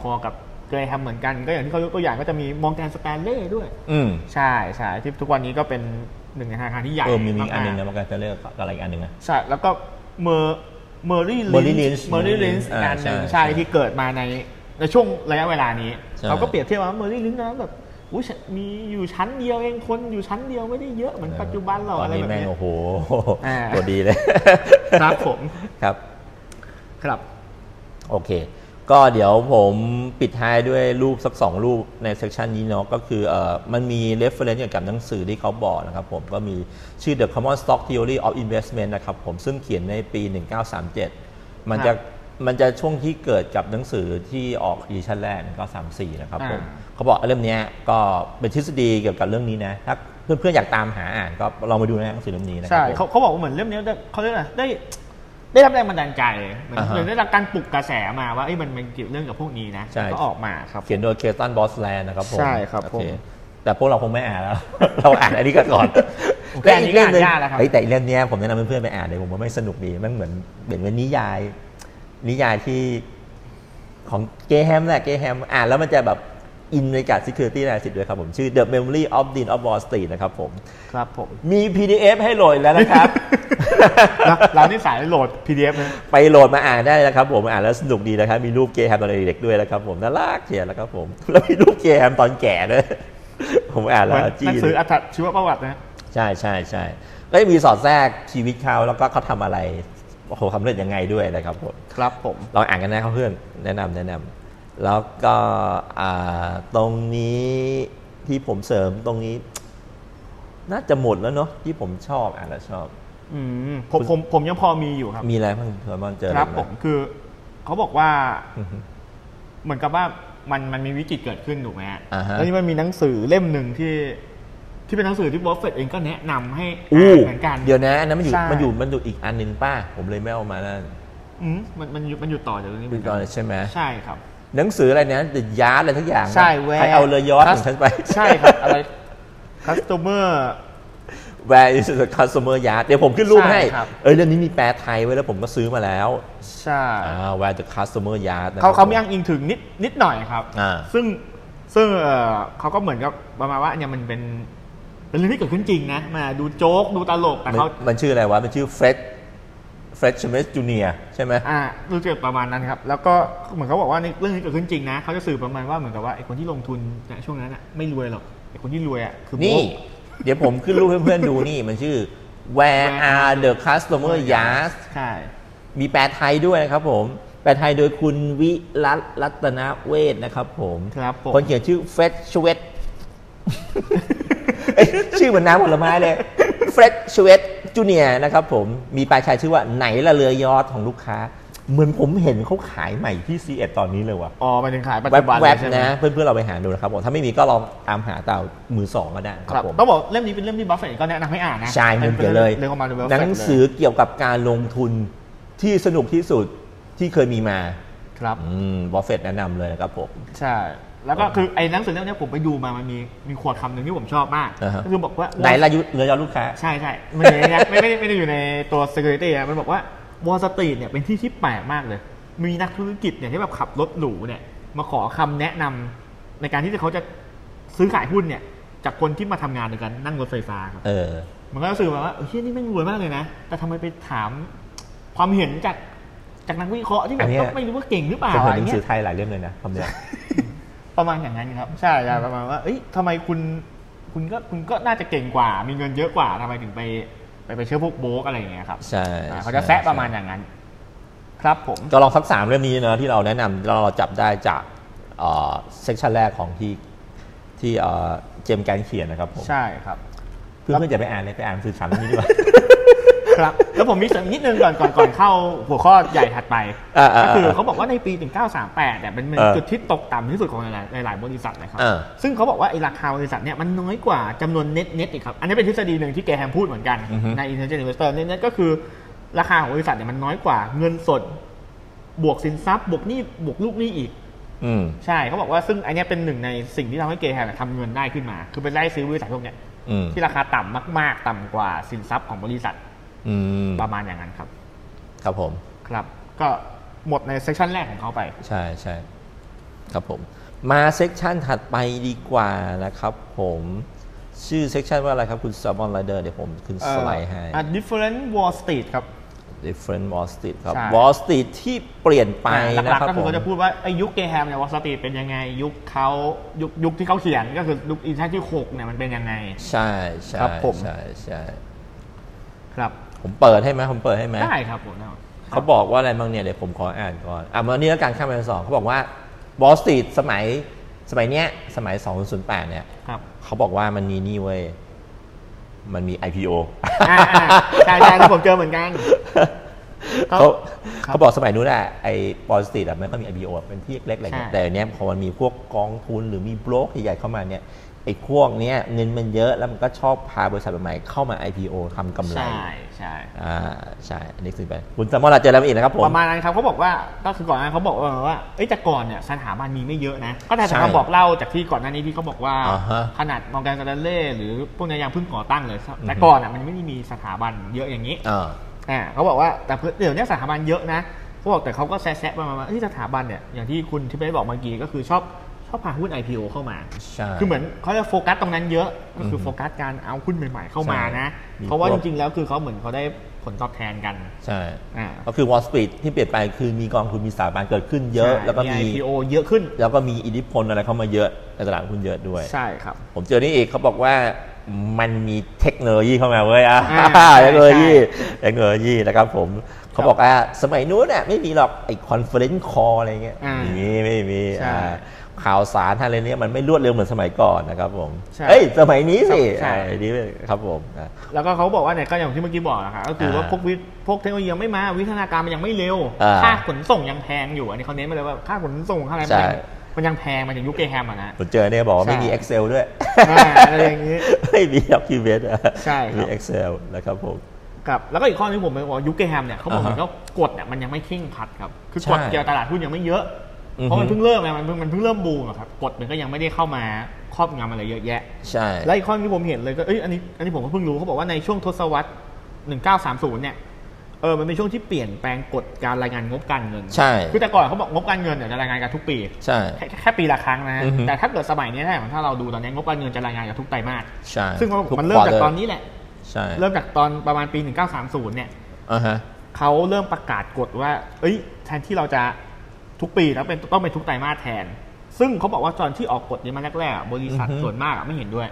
พอ ๆ กับเกรแฮมเหมือนกัน ก็อย่างที่เขายกตัวอย่างก็จะมีมองแกนสแตนเล่ด้วย
อืม
ใช่ใช่ที่ทุกวันนี้ก็เป็นหนึ่งในธนาคารที่ใหญ่
เออมีมีอีกอันหนึง
มากๆ
นะมันก็จะเรียกอะไรอีกอันหนึงนะ
ใช่ แล้วก็เมอร์เมอรี่
Merry
ลิน
Lynch
ส์เมอรี่ลินส์
อ่า
อันหนึ่ง
ใช่
ใช่
ใช่
ที่เกิดมาในในช่วงระยะเวลานี้
ใช่
เขาก็เปรียบเทียบว่าเมอรี่ลินส์นะแบบอุ๊ยฉันมีอยู่ชั้นเดียวเองคนอยู่ชั้นเดียวไม่ได้เยอะเหมือนปัจจุบันหรอก
ต
อะไร
นี้
แบบ
แม่ง
เนี้ย
โอ้โห
อ่า
ตัวดีเลย
ครับผม
ครับ
ครับ
โอเค ก็เดี๋ยวผมปิดท้ายด้วยรูปสัก 2 รูปในเซกชันนี้เนาะ ก็คือเอ่อมันมี reference เกี่ยวกับหนังสือที่เขาบอกนะครับผม ก็มีชื่อ The Common Stock Theory of Investment นะครับผม ซึ่งเขียนในปี 1937 มันจะ
ครับ
มันจะช่วงที่เกิดกับหนังสือที่ออกอีชั่นแรกก็34 นะครับผม
อ่า
เขาบอกเล่มเนี้ยก็เป็นทฤษฎีเกี่ยวกับเรื่องนี้นะ ถ้าเพื่อนๆอยากตามหาอ่านก็ลองไปดูในหนังสือเล่มนี้นะครั
ใช่
ผม
เขาเขาบอกว่าเหมือนเรื่องนี้ได้เขาเรียกอะไรได้ได้รับแรงบันดาลใจเหมือน
อ่าฮะ
เหมือนได้รับการปลุกกระแสมาว่าเอ้ยมันมันเกี่ยวเรื่องกับพวกนี้นะ
ใช่
ก็ออกมาครับ
เขียนโดยเคตันบอสแลนนะครับผม
ใช่ครับผม
โอเแต่พวกเราคงไม่อ่านแล้ว เราอ่านอันนี้กันก่อน
โอเคอันนี้ก็อ่านยากแล้วครับ
เฮ้ยแต่อีกเล่มเนี้ยผมแนะนำเพื่อนๆไปอ่านเลยผมว่าไม่สนุกดีมันเหมือนเหมือนเป็นนิยาย นิยายที่ของเกย์แฮมแหละเกย์แฮมอ่านแล้วมันจะแบบอินในการ Security Analysis ด้วยครับผมชื่อ The Memory of Dean of Wall Street นะครับผม
ครับผม
มี PDF ให้โหลดแล้วนะครับ
นะ เรานี่สายโหลด PDF นะ
ไปโหลดมาอ่านได้นะครับผมอ่านแล้วสนุกดีนะครับ มีรูปเกย์แฮมตอนเด็กๆด้วยนะครับผมน่ารักเชียร์แล้วครับผม แล้วมีรูปเกย์แฮมตอนแก่ด้วย ผมอ่าน
เห
แล้
มือน
วจี้
หนัง
เล
สือย อัตชีวประวัตินะ
ใช่ใช่ใช่ก็จะมีสอดแทรกชีวิตเขาแล้วก็เขาทำอะไรโอ้โหสำเร็จยังไงด้วยนะครับผม
ครับผม
ลองอ่านกันนะครับเพื่อนแนะนำแนะนำแล้วก็อ่าตรงนี้ที่ผมเสริมตรงนี้ น่าจะหมดแล้วเนาะที่ผมชอบอ่านแล้วชอบ
อืมผมผมผมยังพอมีอยู่ครับ
มีอะไรบ้างเผื่อมันเจอ
ครับ
ไห
ผมคือเขาบอกว่าเหมือนกับว่ามันมันมีวิกฤตเกิดขึ้นถูกไหมฮะ
อ่าฮะ
แล้วนี่มันมีหนังสือเล่มหนึ่งที่ ที่เป็นหนังสือที่บอฟเฟตเองก็แนะนำให้
อู้
อ่านเหมือนกัน
เดี๋ยวนะอันนั้นมันอยู่
ใช่
มันอยู่มันอยู่อีกอันหนึ่งป้าผมเลยไม่เอามานั่น
อืมมันมันอยู่มันอยู่ต่อจากตรงนี้เห
ดู
มือน
ต
กั
อน นใช่ไหม
ใช่ครับ
หนังสืออะไรนะเดยาร์ดอะไรทั้งอย่างนะ
ใช่แวร์
ใครเอาเรือยอทของฉันไป
ใช่ครับ อะไร customer
Where is the customer yard เดี๋ยวผมขึ้นรูป
ใช่
ให้
ครับ
เอ้ยเรื่องนี้มีแปลไทยไว้แล้วผมก็ซื้อมาแล้ว
ใช่
อ่า Where the customer yard นะครับ
เขาเขาไม่อ้างอิงถึงนิดนิดหน่อยครับ
อ่า
ซึ่งซึ่งเอ่อเขาก็เหมือนกับประมาณว่าเนี่ยมันเป็นเป็นเรื่องที่เกิดขึ้นจริงนะมาดูโจ๊กดูตลกแต่
มัน
เขา
มันชื่ออะไรวะ มันชื่อ Fred Fred Smith Jr. ใช่ไหม
อ่ารู้สึกประมาณนั้นครับ แล้วก็เหมือนเขาบอกว่าในเรื่องนี้เกิดขึ้นจริงนะเขาจะสื่อประมาณว่าเหมือนกับว่าไอ้คนที่ลงทุนเนี่ยช่วงนั้นอ่ะไม่รวยหรอกไอ้คนที่รวยอ่ะคือโบ๊ะ
นี่ เดี๋ยวผมขึ้นรูปให้เพื่อนดูนี่มันชื่อ where are the customer yards
ใช่
มีแปลไทยด้วยนะครับผม แปลไทยโดยคุณวิรัตน์รัตนเวทนะครับผม
ครับผม
คนเขียนชื่อเฟรชชเวต ชื่อเหมือนน้ำผลไม้เลยเฟรชชเวตจูเนียนะครับผม มีปลายชายชื่อว่าไหนละเรือยอดของลูกค้า เหมือนผมเห็นเขาขายใหม่ที่ซีเอ็ดตอนนี้เลยว่ะ
อ๋อหมายถึงขายปัจ
แว
จุ
บ
บัน
แว
เลย
บ
ใช่ไหม
ๆนะเพื่อนๆเราไปหาดูนะครับผมถ้าไม่มีก็ลองตามหาเต่ามือสองก็ได้ค
ค
รั
รั
บบ ผม
ต้องบอกเล่มนี้เป็นเล่มที่บัฟเฟตต์ก็แนะนำให้อ่านนะ
ใช่มุมเดียวเลย
เรื่องของมาดู
หนังสือเกี่ยวกับการลงทุนที่สนุกที่สุดที่เคยมีมา
ครับ
อืมบอฟเฟตแนะนำเลยนะครับผม
ใช่ แล้วก็คือไอ้หนังสือเล่มเนี้ยผมไปดูมามันมีมีขวดคำหนึ่งที่ผมชอบมาก
อ่าฮะ
ก็คือบอกว่า
ไหนละยุเรือยอดลูกค้า
ใช่ใช่มันอยู่ในนั้น ไม่ไม่ได้ไม่ได้อยู่ในตัว security นะมันบอกว่าวอลสตรีทเนี่ยเป็นที่ที่แปลกมากเลย มีนักธุรกิจเนี่ยที่แบบขับรถหรูเนี่ย มาขอคำแนะนำในการที่เขาจะซื้อขายหุ้นเนี่ย จากคนที่มาทำงานด้วยกันนั่งรถไฟฟ้าครับ
เออ
มันก็รู้สึกแบบว่าเออเฮียนี่แม่งรวยมากเลยนะ แต่ทำไมไปถามความเห็นจากจากนักวิเคราะห์ที่แบ
อั
บ
นเนี้ย
ก็ไม่รู้ว่าเก่งหรือเปล่า
ผม
อะ
เห็น
ไร
หนัง
เงี้
สื
ย
อไทยหลายเล่มเลยนะคำเนี้ย
ประมาณอย่างนั้นครับ ใช่ใช่ประมาณว่า เอ้ยทำไมคุณ คุณก็คุณก็น่าจะเก่งกว่า มีเงินเยอะกว่าทำไมถึงไป ไปไปเชื่อพวกโบกอะไรอย่างเงี้ยครับ
ใช่
อ่าเขาจะแซะประมาณอย่างนั้น ครับผม
ก็ลองสักสามเล่มนี้เนอะที่เราแนะนำเราจับได้จากเซกชันแรกของที่ที่เอ่อเจมส์แกนเขียนนะครับผม
ใช่ครับ
เพื่อนๆจะไปอ่านเลยไปอ่านสื่อสารเรื่องนี้ดีกว่า
ครับ แล้วผมมีเสริมนิดนึงก่อนก่อนก่อนเข้าหัวข้อใหญ่ถัดไป
อ่าอ่า
ก็คือ
อ่า
เขาบอกว่าในปี 1938เนี่ยเป็นเป็น
เออ
จุดที่ตกต่ำที่สุดของหลายหลายๆบริษัทนะครับ
เออ
ซึ่งเขาบอกว่าไอ้ราคาบริษัทเนี่ยมันน้อยกว่าจำนวนเน็ตเน็ตอีกครับ อันนี้เป็นทฤษฎีหนึ่งที่แกแฮมพูดเหมือนกัน
อือฮึ
ใน Intelligent Investor เน็ตเน็ตก็คือราคาของบริษัทเนี่ยมันน้อยกว่าเงินสด บวกสินทรัพย์ บวกหนี้บวกลูกหนี้อีก
อืม
ใช่เขาบอกว่าซึ่งอันเนี้ยเป็นหนึ่งในสิ่งที่ทำให้เกแฮมเนี่ยทำเงินได้ขึ้นมา คือไปไล่ซื้อบริษัทพวกเนี้ย
อืม
ที่ราคาต่ำมาก ๆ ต่ำกว่าสินทรัพย์ของบริษัท
อืม
ประมาณอย่างนั้นครับ
ครับผม
ครับ ก็หมดในเซสชันแรกของเขาไป
ใช่ใช่ครับผม มาเซกชันถัดไปดีกว่านะครับผมชื่อเซกชันว่าอะไรครับ คุณ s ซ l m o n Rider เดี๋ยวผมขึ้นสไลด์ให้
อ่ะ different wall street ครับ
Different Wall Street ครับ
ใช่
Wall Street ที่เปลี่ยนไป
อ่ะห
นะ
ลัก
ครั
ๆ
บ
ก็คื
ผ
อ
ม
เขาจะพูดว่าไอ้ยุคเกแฮมเนี่ยวอลสตรีทเป็นยังไง ยุคเขายุคยุคที่เขาเขียนก็คือยุคอินชันที่หกเนี่ยมันเป็นยังไง
ใช่ใช่
ครับผม
ใช่ใช่
ครับ
ผมเปิดให้ไหมผมเปิดให้ไหม
ได้ครับผมนะ
เขาบอกว่าอะไรบ้างเนี่ยเดี๋ยวผมขออ่านก่อน อ่ะวันนี้แล้วกันข้ามไปอันสองเขาบอกว่า Wall Street สมัยสมัยเนี้ยสมัย 2008 เนี่ย
ครับ
เขาบอกว่ามันมีนี่เว้ย มันมี IPO
อ่าอ่าใช่ใช่ที่ผมเจอเหมือนกัน
เขา
ครับ
เขาบอกสมัยนู้นอะไอ้บอลสตรีทอะมันก็มี IPO อะเป็นที่เล็กๆอะไรเงี้ย
ใช่
แต่อันเนี้ยพอมันมีพวกกองทุนหรือมีโบรกใหญ่ๆเข้ามาเนี่ยไอ้พวกเนี้ยเงินมันเยอะแล้วมันก็ชอบพาบริษัทใหม่ๆเข้ามา IPO ทำกำไร
ใช่ใช่
อ่าใช่อันนี้คือไปคุณสมอลาเจอแล้วอีกนะครับผม
ประมาณนั้นครับเขาบอกว่าก็คือก่อนหน้านั้นเขาบอกว่าว่าเอ้ยแต่ก่อนเนี่ยสถาบันมีไม่เยอะนะ ก็แต่
ใช่
จากคำบอกเล่าจากที่ก่อนหน้านี้ที่เขาบอกว่า
อ่าฮะ
ขนาดมองการสแตนเล่หรือพวกเนี้ยยังเพิ่งก่อตั้งเลย
อื
แต่
อฮึ
ก่อนอ่ะมันไม่ได้มีสถาบันเยอะอย่างนี้
อ่า
อ่าเขาบอกว่าแต่เดี๋ยวเนี้สถาบันเยอะนะเขาบอกแต่เขาก็แซะๆประมาณว่าเฮ้ยสถาบันเนี่ยอย่างที่คุณที่ไปบอกเมื่อกี้ก็คือชอบชอบพาหุ้น IPO เข้ามา
ใช่
คือเหมือนเขาจะโฟกัสตรงนั้นเยอะก็คือ
ม
อโฟกัสการเอาหุ้นใหม่ๆเข้ามานะ
ใช่
เพราะว่า
มีพ
จ
วก
ริงๆแล้วคือเขาเหมือนเขาได้ผลตอบแทนกัน
ใช่
อ่า
ก็คือ Wall Street ที่เปลี่ยนไปคือมีกองทุนมีสถาบันเกิดขึ้นเยอะ
ใช่
แล้วก็
มี
มี
IPO เยอะขึ้น
แล้วก็มีอิทธิพลอะไรเข้ามาเยอะในตลาดหุ้นเยอะด้วย
ใช่ครับ
ผมเจอนี่อีกเขาบอกว่ามันมีเทคโนโลยีเข้ามาเว้ยอ่ะ
อ่าใช่
เทคโนโลยีเทคโนโลยีนะครับผมเขาบอกว่าสมัยนู้นน่ะไม่มีหรอกไอ้คอนเฟอเรนซ์คออะไรเงี้ย
อ่า
ไม่มีไม่มี
ใช่
อ่าข่าวสารทางอะไรเนี้ยมันไม่รวดเร็วเหมือนสมัยก่อนนะครับผม
ใช่
เอ้ยสมัยนี้สิ
ใช่
อ่าอันนี้ครับผมนะ
แล้วก็เขาบอกว่าเนี่ยก็อย่างที่เมื่อกี้บอกนะคะก็คือว่าพวกวิทย์พวกเทคโนโลยียังไม่มาวิทยาการมันยังไม่เร็ว
อ่า
ค่าขนส่งยังแพงอยู่อันนี้เขาเน้นมาเลยว่าค่าขนส่งค่าอะไรมัน
ใช่
ยังมันยังแพงมาถึงยุคเกแฮมอ่ะนะ
ผมเจอเนี่ยบอกว่า
ใช่
ไม่มี Excel ด้วย
อ่าอะไรอย่างนี้
ไม่มี Document อ่ะ
ใช่ครับ
มี Excel นะครับผม
ครับแล้วก็อีกข้อนึงผมบอกว่ายุคเกแฮมเนี่ยเขาบอกเหมือน
อ่าฮะ
ว่ากฎเนี่ยมันยังไม่เข่งครัดครับ คือ
ใช่
กฎเกี่ยวกับตลาดหุ้นยังไม่เยอะ
อือฮึ
เพราะมันเพิ่งเริ่มไงมันเพิ่งมันเพิ่งเริ่มบูมอะครับกฎมันก็ยังไม่ได้เข้ามาครอบงำอะไรเยอะแยะ
ใช่
และอีกข้อนึงที่ผมเห็นเลยก็เอ้ยอันนี้อันนี้ผมก็เพิ่งรู้เขาบอกว่าในช่วงทศวรรษ 1930 เนี่ยเออมันเป็นช่วงที่เปลี่ยนแปลงกฎการรายงานงบการเงิน
ใช่
คือแต่ก่อนเขาบอกงบการเงินเนี่ยจะรายงานกันทุกปี
ใช่
แค่แค่ปีละครั้งนะ
อือฮึ
แต่ถ้าเกิดสมัยเนี้ยถ้าถ้าเราดูตอนเนี้ยงบการเงินจะรายงานกันทุกไตรมาส
ใช่
ซึ่งมัน
ทุ
มันเริ่มจาก
quarter
ตอนนี้แหละ
ใช่
เริ่มจากตอนประมาณปี 1930 เนี่ย
อ่าฮะ
เขาเริ่มประกาศกฎว่า เอ้ย แทนที่เราจะทุกปีแล้วเป็นต้องเป็นทุกไตรมาสแทน ซึ่งเขาบอกว่าตอนที่ออกกฎนี้มาแรกๆอ่ะบริษัท
อือฮึ
ส่วนมากอ่ะไม่เห็นด้วย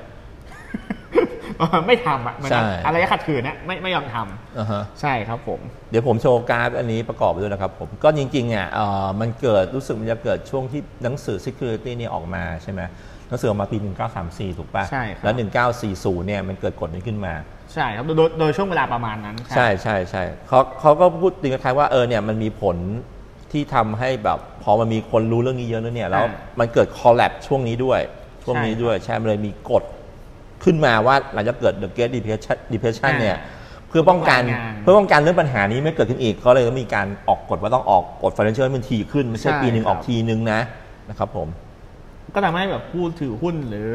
ไม่ทำอ่ะมัน
ใช่
อะไรขัดขืนนะไม่ไม่ยอมทำ
อ่าฮะ
ใช่ครับผม
เดี๋ยวผมโชว์กราฟอันนี้ประกอบด้วยนะครับผมก็จริงๆอ่ะเอ่อมันเกิดรู้สึกมันจะเกิดช่วงที่หนังสือ Security เนี่ยออกมาใช่ไหมหนังสือออกมาปี 1934 ถูกป่ะ
ใช่ครับ
แล้ว 1940 เนี่ยมันเกิดกฎนี้ขึ้นมา
ใช่ครับโดยโดยโดยช่วงเวลาประมาณนั้น
ใช่ใช่ใช่เขาเขาก็พูดจริงคล้ายๆว่าเออเนี่ยมันมีผลที่ทำให้แบบพอมันมีคนรู้เรื่องนี้เยอะแล้วเนี่ยแล้วมันเกิดคอลแลบช่วงนี้ด้วย ช่วงนี้ด้วยใช่มันเลยมีกฎขึ้นมาว่าหลังจากเกิด The Great Depression Depression เนี่ยเพื่อป้องกันเพื่อป้องกันเรื่องปัญหานี้ไม่เกิดขึ้นอีกเขาเลยต้องมีการออกกฎว่าต้องออกกฎ financial ให้มันทีขึ้นไม่ใช่ปีหนึ่งออกทีนึงนะนะครับผม
ก็ทำให้แบบผู้ถือหุ้นหรือ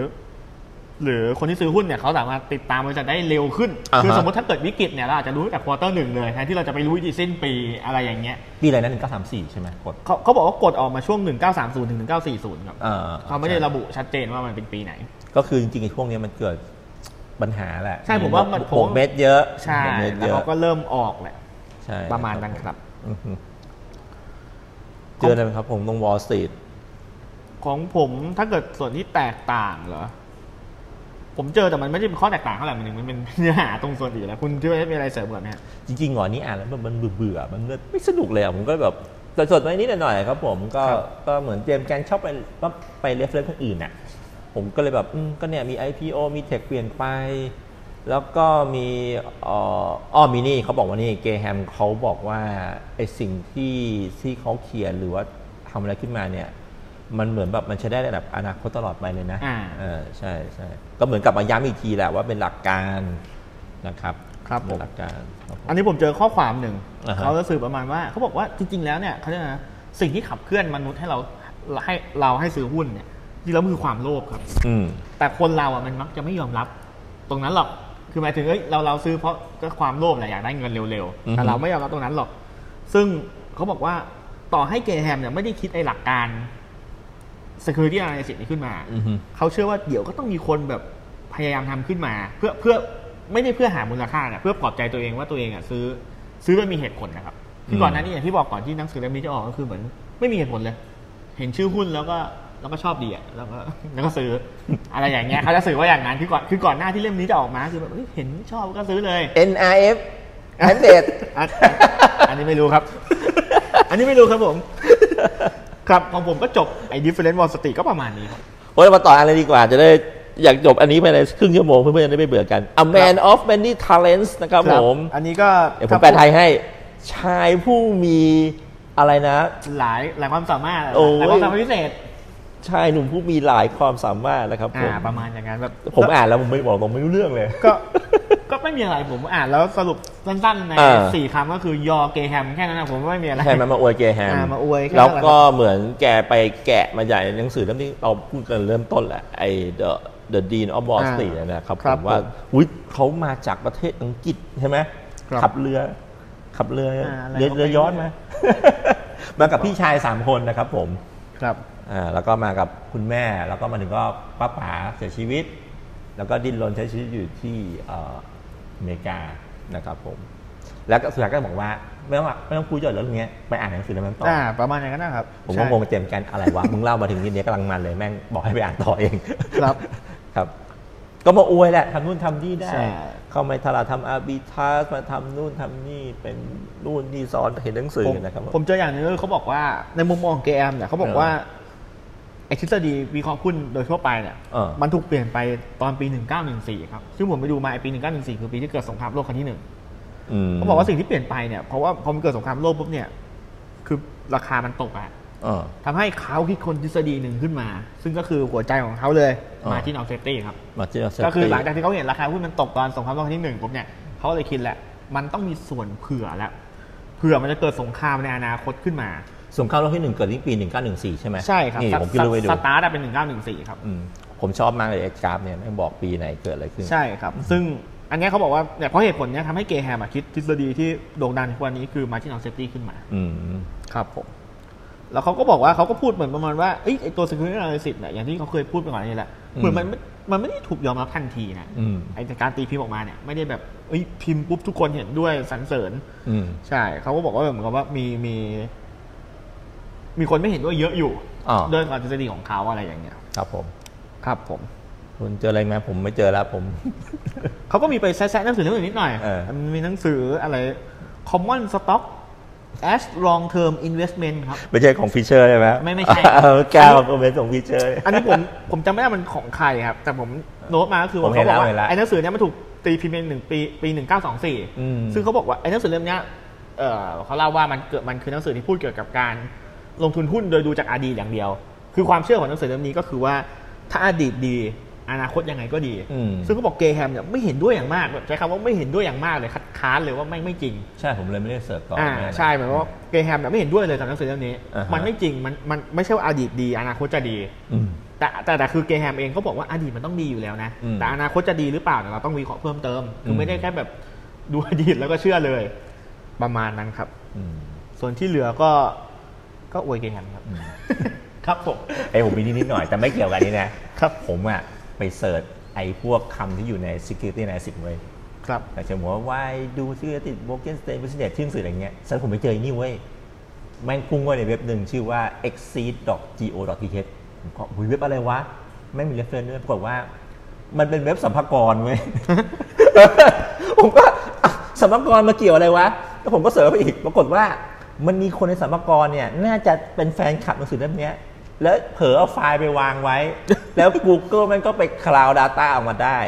หรือคนที่ซื้อหุ้นเนี่ยเขาสามารถติดตามบริษัทได้เร็วขึ้น
อ่าฮะ
คือสมมติถ้าเกิดวิกฤตเนี่ยเราอาจจะรู้แต่ควอเตอร์หนึ่งเลยแทนที่เราจะไปรู้อีกทีสิ้นปีอะไรอย่างเงี้ย
ปีอะไรนะ1934 ใช่ไหมกฎ
เขาเขาบอกว่ากดออกมาช่วง 1930ถึง1940ครับ
อ่อ
เขาไม่ได้ระบุชัดเจนว่ามันเป็นปีไหน
ก็คือจริงๆไอ้ช่วงเนี้ยมันเกิดปัญหาแหละ
ใช่ผมว่ามัน
บก
ผมว่า
เม็ดเยอะ
ใช่
บวกเม็ด
แล้ว
เยอะ
เขาก็เริ่มออกแหละ
ใช่
ประมาณนั้นครับ
อือฮึเจออะไรไหมครับผมตรงวอลสตรีท
ของผมถ้าเกิดส่วนที่แตกต่างเหรอ ผมเจอแต่มันไม่ได้เป็นข้อแตกต่างเท่าไหร่มันเป็นมันเป็น เนื้อหาตรงส่วนอื่นแล้วคุณที่ว่ามีอะไรเสริมก่อนไหมฮะ
จริงๆหงอนนี้อ่านแล้วมันเบื่อเบื่อมันไม่สนุกเลยอ่ะผมก็แบบแต่สดๆไว้นิดหน่อยๆครับผมก็
ครับ
ก็เหมือนเตรียมการชอบไปว่าไปเลฟเลฟคนอื่นอ่ะผมก็เลยแบบอืมก็เนี่ยมี IPO มีเทคเปลี่ยนไป แล้วก็มีเอ่ออ้อมินี่เขาบอกว่านี่เกแฮมเขาบอกว่าไอสิ่งที่ที่เขาเขียนหรือว่าทำอะไรขึ้นมาเนี่ย มันเหมือนแบบมันใช้ได้ระดับอนาคตตลอดไปเลยนะ
อ่า
เออใช่ใช่ก็เหมือนกลับมาย้ำอีกทีแหละว่าเป็นหลักการนะครับ
ครับผม
เป็นหลักการครับผม
อันนี้ผมเจอข้อความหนึ่ง
อ่าฮะ
เขาจะสื่อประมาณว่าเขาบอกว่าจริง ๆ แล้วเนี่ยเขาเรียกอะไรนะสิ่งที่ขับเคลื่อนมนุษย์ให้เราให้เราให้ซื้อหุ้นเนี่ยจริงๆแล้วมันคือความโลภครับ
อืม
แต่คนเราอ่ะมันมักจะไม่ยอมรับ ตรงนั้นหรอก คือหมายถึงเอ้ยเราเราซื้อเพราะก็ความโลภแหละอยากได้เงินเร็ว
อื
ๆ
อฮึ
แต่เราไม่ยอมรับตรงนั้นหรอก ซึ่งเขาบอกว่าต่อให้เกรแฮมเนี่ยไม่ได้คิดไอ้หลักการ security analysis นี้ขึ้นมา
อือฮึ
เขาเชื่อว่าเดี๋ยวก็ต้องมีคนแบบพยายามทำขึ้นมา เพื่อเพื่อไม่ได้เพื่อหามูลค่านะเพื่อปลอบใจตัวเองว่าตัวเองอ่ะซื้อ ซื้อโดยมีเหตุผลนะครับคือ
ม
ก่อนหน้านี้อย่างที่บอกก่อนที่หนังสือเล่มนี้จะออกก็คือเหมือนไม่มีเหตุผลเลย เห็นชื่อหุ้นแล้วก็แล้วก็ชอบดีอ่ะแล้วก็แล้วก็ซื้อ อะไรอย่างเงี้ยเขาจะสื่อว่าอย่างนั้นคือก่อนคือก่อนหน้าที่เล่มนี้จะออกมาคือแบบเฮ้ยเห็นชอบก็ซื้อเลย
NRF แอนเดด
อันอันนี้ไม่รู้ครับ อันนี้ไม่รู้ครับผม ครับของผมก็จบไอ้ different wall street ก็ประมาณนี้ครับ
โอ้ยมาต่ออะไรดีกว่า จะได้อยากจบอันนี้ภายในครึ่งชั่วโมงเพื่อนๆจะได้ไม่เบื่อกัน A man of many talents นะครับผม
อันนี้ก็
เดี๋ยวผมแปลไทยให้ ชายผู้มีอะไรนะ
หลายหลายความสามารถ
โอ้ย
หลายความสามารถพิเศษ
ชายหนุ่มผู้มีหลายความสามารถนะครับผ
อ่าม ประมาณอย่างนั้นแบบ
ผมอ่านแล้วผมไม่บอกตรงไม่รู้เรื่องเลย
ก็ก็ไม่มีอะไรผมอ่านแล้วสรุปสั้นๆใน
อ่า
สี่คำก็คือยอเกแฮมแค่นั้นนะผมว่าไม่มีอะไร
ใช่ไหมมาอวยเกแฮม
อ่ามาอวยแค่
แล้วก็เหมือนแกไปแกะมาใหญ่หนังสือเล่มที่เราพูดกันเริ่มต้นแหละไอ้ The The Dean of Wall
อ่า
Street อะนะครับ
ครับ
ผมว่า
ผม
อุ๊ยเขามาจากประเทศอังกฤษใช่ไหม
ครับ
ขับเรือ ขับเรืออา
อะไร
เรือ
ก็ไม่
เรือยอชต์มา มากับพี่ชายสามคนนะครับผม
ครับ
อ่าแล้วก็มากับคุณแม่แล้วก็มาถึงก็ป้าป๋าเสียชีวิต แล้วก็ดิ้นรนใช้ชีวิตอยู่ที่เอ่ออเมริกานะครับผม แล้วก็สุดท้ายก็บอกว่าไม่ต้องไม่ต้องพูดเยอะเรื่องเนี้ยไปอ่านหนังสือเล่มนั้นต่ออ
อ่า ประมาณอย่างนั้นนะครับ
ผมก็
ใช่
งงเต็มกันอะไรวะ มึงเล่ามาถึงนี่เนี้ยกำลังมันเลยแม่งบอกให้ไปอ่านต่อเอง
ครับ
ครับ ก็มาอวยแหละทำนู่นทำนี่ได้
ใช่
เข้ามาทลาทำอาร์บิทาสมาทำนู่นทำนี่เป็นนู่นนี่สอนเห็นหนังสือ
ผม
นะครับ
ผมเจออย่างหนึงก็คือเขาบอกว่าในมุมมองของเกแฮมเนี่ยเขาบอกว่าไอทฤษฎีวิเคราะห์หุ้นโดยทั่วไปเนี่ย
เออ
มันถูกเปลี่ยนไปตอนปี 1914ครับซึ่งผมไปดูมาไอปี 1914 คือปีที่เกิดสงครามโลกครั้งที่หนึ่ง
ม
เขาบอกว่าสิ่งที่เปลี่ยนไปเนี่ยเพราะว่าพอมันเกิดสงครามโลกปุ๊บเนี่ยคือราคามันตกอะ
เออ
ทำให้เขาคิดคนทฤษฎีหนึ่งขึ้นมา ซึ่งก็คือหัวใจของเขาเลย
อ๋อ
มาที่นอเซฟตี้ครับ
มาเจอ
ก็คือหลังจากที่เขาเห็นราคาหุ้นมันตกตอนสงครามโลกครั้งที่หนึ่งปุ๊บเนี่ยเขาเลยคิดแหละ มันต้องมีส่วนเผื่อแล้วเผื่อมันจะเกิดสงครามในอนาคตขึ้นมา
สงครามโลกที่หนึ่งเกิดที่ปี 1914 ใช่ไหม
ใช่ครับ
นี่
สต
ผมขึ้นรูปไปดู
สตาร์ทอะเป็นหนึ่งเก้าหนึ่งสี่ครับ
อืมผมชอบมากเลยไอ้กราฟเนี่ยแม่งบอกปีไหนเกิดอะไรขึ้น
ใช่ครับ ซึ่งอันเนี้ยเขาบอกว่าเนี่ยเพราะเหตุผลเนี้ยทำให้เกแฮมอะคิดทฤษฎีที่โด่งดังในทุกวันนี้คือมาที่นอเซฟตี้ขึ้นมา
อืม
ครับผม แล้วเขาก็บอกว่าเขาก็พูดเหมือนประมาณว่าเอ้ยไอตัว security analysis เนี่ยอย่างที่เขาเคยพูดไปก่อนนี่แหละ
อืม
เหมือนมันไม่มันไม่ได้ถูกยอมรับทันทีนะ
อืม
ไอการตีพิมพ์ออกมาเนี่ยไม่ได้แบบเอ้ยพิมพ์ปุ๊บทุกคนเห็นด้วยสรรเสริญ
อืม
ใช่เขาก็บอกว่าเหมือนกับว่ามีมี มีคนไม่เห็นด้วยเยอะอยู่
อ๋อ
ด้วยความทฤษฎีของเขาอะไรอย่างเงี้ย
ครับผม
ครับผม
คุณเจออะไรไหมาผมไม่เจอแล้วผม
เขาก็มีไปแซะๆหนังสือหนังสือนิดหน่อย
เออ
มันมีหนังสืออะไร common stock as long term investment ครับ
ไม่ใช่ของฟิชเชอร์ใช่ไหม
ไม่ไม่ใช่
เออแก้วผมเป็นของฟิชเชอร์
อันนี้ผม ผมจำไม่ได้มันของใครครับ แต่ผมโน้ตมาก็คือ
ผม
ว่า
เห็นแล้
เขาบอ
ว
กว่า
เห็นแล้ว
ไอ้หนังสือเนี้ยมันถูกตีพิมพ์ในหนึ่งปีปีหนึ่งเก้าสองสี่
อืม
ซึ่งเขาบอกว่าไอ้หนังสือเล่มเนี้ยเอ่อเขาเล่าว่ามันเกิดมันคือหนังสือที่พูดเกี่ยวกับการลงทุนหุ้นโดยดูจากอดีตอย่างเดียว คือความเชื่อของหนังสือเล่มนี้ก็คือว่าถ้าอดีตดี อนาคตยังไงก็ดี
อืม
ซึ่งเขาบอกเกย์แฮมเนี่ยไม่เห็นด้วยอย่างมากแบบใช้คำว่าไม่เห็นด้วยอย่างมากเลยคัดค้านเลยว่าไม่ไม่จริง
ใช่ผมเลยไม่ได้เสิร์ชต่ออ
อ่า
ไม่ได้
ใช่หมายความว่าเกย์แฮมเนี่ยไม่เห็นด้วยเลยกับหนังสือเล่มนี้
อ่าฮะ
มันไม่จริงมันมันไม่ใช่ว่าอดีตดี อนาคตจะดี
อืม
แต่แต่แต่คือเกย์แฮมเองก็บอกว่าอดีตมันต้องดีอยู่แล้วนะ
อืม
แต่อนาคตจะดีหรือเปล่าเนี่ยเราต้องวิเคราะห์เพิ่มเติม คือ
อื
ไม่
ม
ได้แค่แบบ ดูอดีตแล้วก็เชื่อเลย ประมาณนั้นครับ
อืม
ส่วนที่เหลือก็ก็อวยเกย์แฮมครับ
อืม
ครับผม
ไอยผมมีนิดนิดๆหน่อย แต่ไม่เกี่ยวกับอันนี้นะครับ ผมอะไปเสิร์ชไอพวกคำที่อยู่ใน security analysis เว้ย
ครับ
แต่เช่นผมว่า why do security broken state business ที่หนังสืออะไรเงี้ยฉันผมไปเจอไอนี่เว้ย แม่งพุ่งไว้ในเว็บหนึ่งชื่อว่า exceed.go.th ผมก็อุ๊ยเว็บอะไรวะ ไม่มี reference ด้วยปรากฏว่า มันเป็นเว็บสัมภากรเว้ย ผมก็อ่ะสัมภากรมาเกี่ยวอะไรวะ แล้วผมก็เสิร์ชไปอีก ปรากฏว่า มันมีคนในสัมภากรเนี่ย น่าจะเป็นแฟนคลับหนังสือเล่มเนี้ย แล้วเผลอเอาไฟล์ไปวางไว้ แล้ว Google มันก็ไปคลาวด์ Data ออกมาได้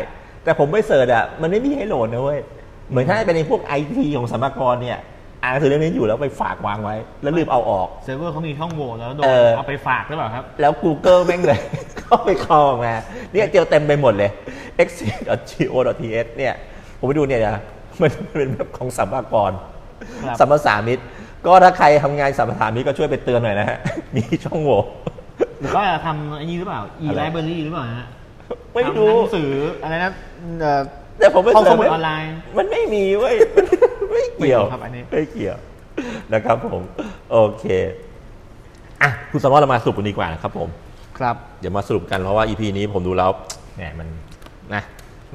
แต่ผมไปเสิร์ชอ่ะ มันไม่มีให้โหลดนะเว้ย เหมือนถ้าเป็นในพวกไอทีของสัมภากรเนี่ย อ่านหนังสือเล่มนี้อยู่แล้วไปฝากวางไว้ แล้วลืมเอาออก
เซิร์ฟเวอร์เขามีช่องโหว่แล้วโดน
เออ
เอาไปฝากหรือเปล่าครับ
แล้ว Google แม่งเลย ก็ไปคลองมาเนี่ยเจอเต็มไปหมดเลย exit.go.th เนี่ย ผมไปดูเนี่ยนะมันมันเป็นแบบของสัมภากร
ครับ
สัมภาษามิตร ก็ถ้าใครทำงานสัมภาษามิตรก็ช่วยไปเตือนหน่อยนะฮะ มีช่องโหว่
หรือก็จะทำอันนี้หรือเปล่า e
อะไร
library หรือเปล่าฮะ
ไม่
ทำ
รู้
หนังสืออะไรนะเอ่อ
แต่ผมไม่
ห้องสมุด
เจ
ออนไลน์
มันไม่มีเว้ย ไม่เกี่ยว
ไม่มีครับอันนี้
ไม่เกี่ยวนะครับผม โอเคอ่ะคุณสมรเรามาสรุปกันดีกว่านะครับผม
ครับ
เดี๋ยวมาสรุปกันเพราะว่า EP นี้ผมดูแล้วแหมมันนะ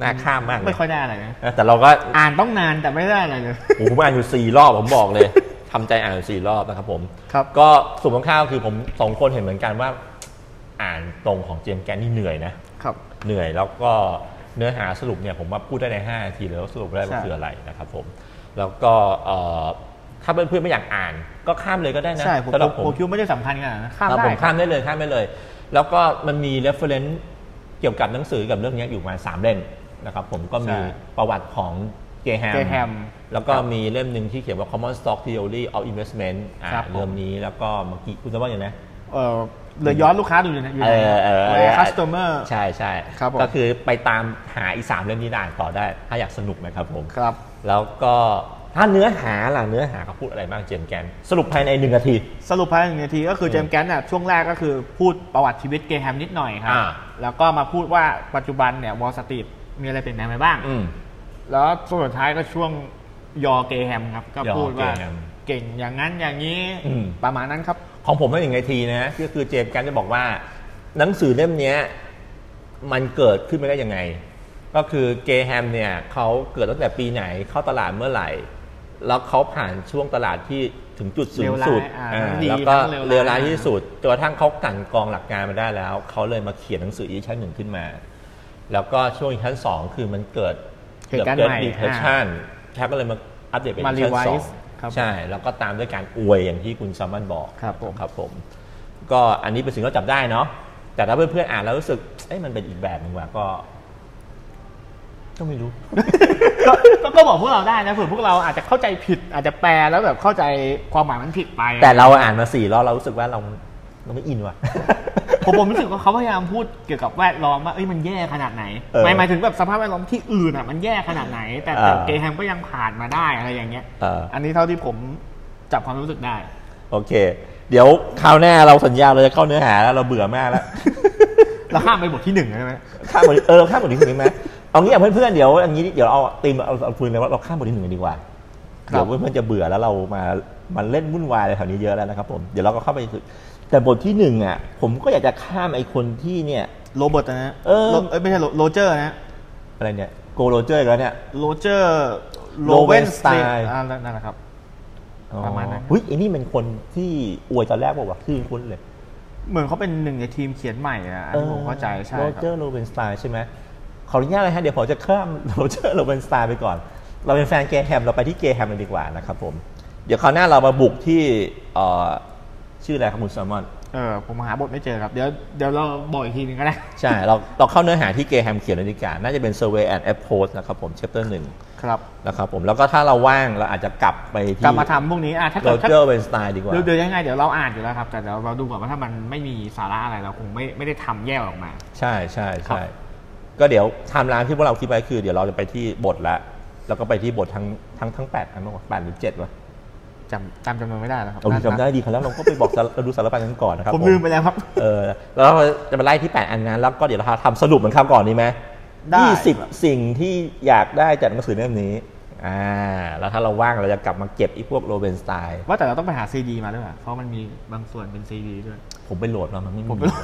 น่าข้ามมากเลย
ไม่ค่อยได้อะไรนะ
นะแต่เราก็
อ่านต้องนานแต่ไม่ได้อะไรเลย
โอ้โหผมอ่านอยู่สี่รอบผมบอกเลย ทำใจอ่านอยู่สี่รอบนะครับผม
ครับ
ก็ส่วนของข้าวคือผมสองคนเห็นเหมือนกันว่า อ่านตรงของเจมส์แกนนี่เหนื่อยนะ
ครับ
เหนื่อยแล้วก็เนื้อหาสรุปเนี่ยผมว่าพูดได้ใน5นาทีเลยว่าสรุปได้ว่า
ใช่
คืออะไรนะครับผม แล้วก็เอ่อถ้าเพื่อนๆไม่อยากอ่าน ก็ข้ามเลยก็ได้นะ
ใช่ผม
สำหรับผ
ผม
ม
คิดว่าไม่ได้สำคัญขนาดนั้นข้าม
ครับ
ได้
ผมข้ามได้เลยข้ามได้เลย แล้วก็มันมี reference เกี่ยวกับหนังสือกับเรื่องเนี้ยอยู่ประมาณสามเล่มนะครับผมก็มีประวัติของเจแฮม
เจแฮม
แล้วก็มีเล่มหนึ่งที่เขียนว่า Common Stock Theory of Investment อ่า
ครับผม
เล่มนี้แล้วก็เมื่อกี้คุณจะว่าอย่างไรนะ
เออเรือย้อนลูกค้าดูอยู่ในอยู่
เอ
ใน
อเออเอ
เว
อ
คัสเตอร์
ใช่ใช่
ครับผม
ก็คือไปตามหาอีกสามเล่มนี้ได้อ่านต่อได้ ถ้าอยากสนุกนะครับผม
ครับ
แล้วก็ถ้าเนื้อหาล่ะเนื้อหาเขาพูดอะไรบ้างเจมส์แกน สรุปภายในหนึ่งนาที
สรุปภายในหนึ่งนาทีก็คือ
อืม
เจมส์แกนน่ะช่วงแรกก็คือพูดประวัติชีวิตเกย์แฮมนิดหน่อยครับ
อ่า
แล้วก็มาพูดว่าปัจจุบันเนี่ยวอลสตรีทมีอะไรเปลี่ยนแปลงไปบ้าง
อืม
แล้วส่วนสุดท้ายก็ช่วงยอเกย์แฮมครับ ก็
ยอ
พูดว่า
เกย์แฮม
เก่งอย่างนั้นอย่างนี้
อืม
ประมาณนั้นครับ
ของผมไม่ถึงนาทีนะก็คือเจมส์แกนจะบอกว่า หนังสือเล่มเนี้ยมันเกิดขึ้นมาได้ยังไง ก็คือเกแฮมเนี่ยเขาเกิดตั้งแต่ปีไหนเข้าตลาดเมื่อไหร่ แล้วเขาผ่านช่วงตลาดที่ถึงจุดสูงสุด
เลว
อ่า
ร้ายอ่าทั้งดี
แล้วก็
ทั้งเล
เรือ
ว
ร้า
ร้าย ย
ที่สุดจนกระทั่งเขากลั่นกรองหลักการมาได้แล้ว เขาเลยมาเขียนหนังสืออีชั้นหนึ่งขึ้นมา แล้วก็ช่วงชั้นสองคือมันเกิด
เหตุการณ์ใหม่
ดีเพรสชันแค่ก็เลยมาอัปเดตเป็น
มา
ชั้นสอง
revise ครับ
ใช่แล้วก็ตามด้วยการอวยอย่างที่คุณซัมมันบอก
ครับผม
ครับผมก็อันนี้เป็นสิ่งที่เราจับได้เนาะแต่ถ้าเพื่อนๆอ่านแล้วรู้สึกเอ้ยมันเป็นอีกแบบหนึ่งว่ะก็ ก็ไม่รู้
ก็ก็ก็บอกพวกเราได้นะเผื่อพวกเราอาจจะเข้าใจผิด อาจจะแปลแล้วแบบเข้าใจความหมายมันผิดไป
แต่เราอ่านมาสี่รอบเรารู้สึกว่าเราเราไม่อินว่ะ
ผมผมรู้สึกว่าเขาพยายามพูดเกี่ยวกับแวดล้อมว่าเอ้ยมันแย่ขนาดไหน
เออ
หมายหมายถึงแบบสภาพแวดล้อมที่อื่นอ่ะมันแย่ขนาดไหน แต่แต่
เออ
เกย์แฮมก็ยังผ่านมาได้อะไรอย่างเงี้ย
เอออั
นนี้เท่าที่ผมจับความรู้สึกได้
โอเค เดี๋ยวคราวหน้าเราสัญญาเราจะเข้าเนื้อหาแล้วเราเบื่อมากแล้ว
เราข้ามไปบทที่หนึ่งใช่ไหม
ข้ามบทเออข้ามบทที่หนึ่งได้ไหมเอางี้อ่ะเพื่อนๆเดี๋ยวอย่างนี้เดี๋ยวเอาตีมเอาเอาฟืนเลยว่าเราข้ามบทที่หนึ่งกันดีกว่าเดี๋ยวเพื่อนๆจะเบื่อแล้วเรามามันเล่นวุ่นวายอะไรแถวนี้เยอะแล้วนะครับผมเดี๋ยวเราก็เข้าไปสุดแต่บทที่หนึ่งอ่ะ ผมก็อยากจะข้ามไอ้คนที่เนี่ย
โรเบิร์ตนะ
เออ
โรเอ้ยไม่ใช่โรโรเจอร์นะ
อะไรเนี่ยโกโรเจอร์อีกแล้วเนี่ย
โรเจอร์
โรเวนสไตน์
อ่านั่นแหละครับ ประมาณนั้น
อ๋อเฮ้ยไอ้นี่เป็นคนที่อวยตอนแรกบอกว่าชื่อคุ้นเลย
เหมือนเขาเป็นหนึ่งในทีมเขียนใหม่อ่ะอันนี้ผมเข้าใจใช่
โร
ครั
เจอบ ร์โรเบนสไตน์ใช่ไหมขออนุ ญาตเลยฮะเดี๋ยวผมจะข้ามโรเจอร์โรเบนสไตน์ไปก่อน เราเป็นแฟนเกย์แฮมเราไปที่เกย์แฮมเลยดีกว่านะครับผม เดี๋ยวคราวหน้าเรามาบุกที่เอ่อชื่ออะไรครับคุณแซลมอน
เออผมหาบทไม่เจอครับ เดี๋ยวเดี๋ยวเราบอกอีกทีหนึงก็ได้
ใช่ เราเราเข้าเนื้อหาที่เกย์แฮมเขียนเลยดีกว่าน่าจะเป็น Survey and Approach นะครับผม chapter หนึ่ง
ครับ
นะครับผมแล้วก็ถ้าเราว่างเราอาจจะกลับไปที่
กลับมาทำพวกนี้อ่ะถ้า
โร
เกิดถ้า
เจอร์โรเบนสไตน์ดีกว่า
เดี๋ยวเดี๋ยวยังไงเดี๋ยวเราอ่านอยู่แล้วครับ แต่เดี๋ยวเราดูก่อนว่าถ้ามันไม่มีสาระอะไรเราคงไม่ไม่ได้ทำแยกออกมา
ใช่ใช่
ครับ
ใช่ก็เดี๋ยวไทม์ไลน์ที่พวกเราคิดไว้คือเดี๋ยวเราจะไปที่บทละแล้วก็ไปที่บททั้งทั้งทั้งแปดอันมากกว่าแปดหรือเจ็ดวะ
จำจำจำนวนไม่ได้แล้วครับ
เรา
น่าจะ
จำได้ดีครับแล้วเราก็ไปบอกสารเราดูสารพันกันก่อนนะครับ
ผมลืมไปแล้วครับ
เออแล้วเราจะมาไล่ที่ 8 อันนั้น แล้วก็เดี๋ยวเราทำสรุปเหมือนคราวก่อนดีไหม
ได้
ยี่สิบสิ่งที่อยากได้จากหนังสือเล่มนี้อ่าแล้วถ้าเราว่างเราจะกลับมาเก็บไอีพวกโรเบนสไตน์
ว่าแต่เราต้องไปหาซีดีมาด้วยป่ะเพราะมันมีบางส่วนเป็นซีดีด้วย
ผมไปโหลดมามันไม่
ผม
มี
ไปโหลด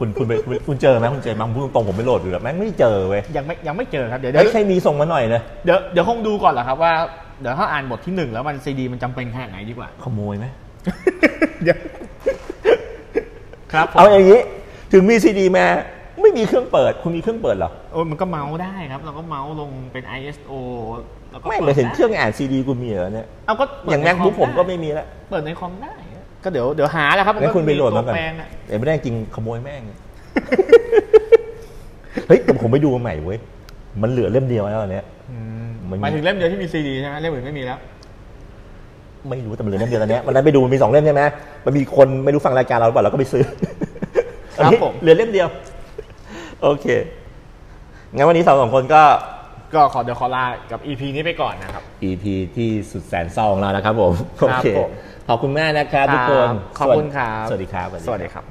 คุณคุณไปคุณคุณเจอไหมคุณเจอไหมผมพูดตรงๆผมไปโหลดอยู่แล้วแม่งไม่เจอเว้ย
ยังไม่ยังไม่เจอครับเดี๋ยวเดี๋ย
เฮ้
วย
ใครมีส่งมาหน่อยนะ
เดี๋ยวเดี๋ยวคงดูก่อนแหละครับว่าเดี๋ยวถ้าอ่านบทที่หนึ่งแล้วมันซีดีมันจำเป็นขนาดไหนดีกว่า
ขโมยไหม
เดี๋ยวครับผม
เอาอย่างนี้ถึงมีซีดีมาไม่มีเครื่องเปิด คุณมีเครื่องเปิดเหรอ
โอ้ยมันก็เมาส์ได้ครับ เราก็เมาส์ลงเป็น ISO แล้วก็
ไม่งเล
ปิ
ย
ด
เห็น
ด้
เครื่องอ่านซีดีกูมีเหรอเนี่ย
เอาก็เปิด
อย่างแม
ใน
ค
ค
บุ๊กผม
ได้
ก็ไม่มีแล้ว
เปิดในคอมได้ ก็เดี๋ยวเดี๋ยวหาแหล้วครับ
งั้นคุณไปโหลด
ตั
มาว ก่อน
แปลงอะ
เดี๋ยวไม่ได้จริงขโมยแม่ง เฮ้ยแต่ผมไปดูมาใหม่เว้ย มันเหลือเล่มเดียวแล้วอันเนี้ย มันมี
หมายถึงเล่มเดียวที่มีซีดีใช่ไหมเล่มอื่นไม่มีแล้ว
ไม่รู้แต่มันเหลือเล่มเดียวตอนเนี้ยวันนั้นไปดูมันมีสองเล่มใช่ไหมมันมีคนไม่รู้ฟังรายการเราหรือเปล่าเราก็ไปซื้อ
ครับ
อันนี้
ผม
เหลือเล่มเดียว โอเคงั้นวันนี้สาวสองคนก็
ก็ขอเดี๋ยวขอลากับ EP นี้ไปก่อนนะครับ
EP ที่สุดแสนเศร้าของเรานะครับผม
ครั
โอบ เค
ผม
ขอบคุณมากนะครับทุกคน
ครับขอบคุณครับ
สวัสดีครับ
สวัสดีครับ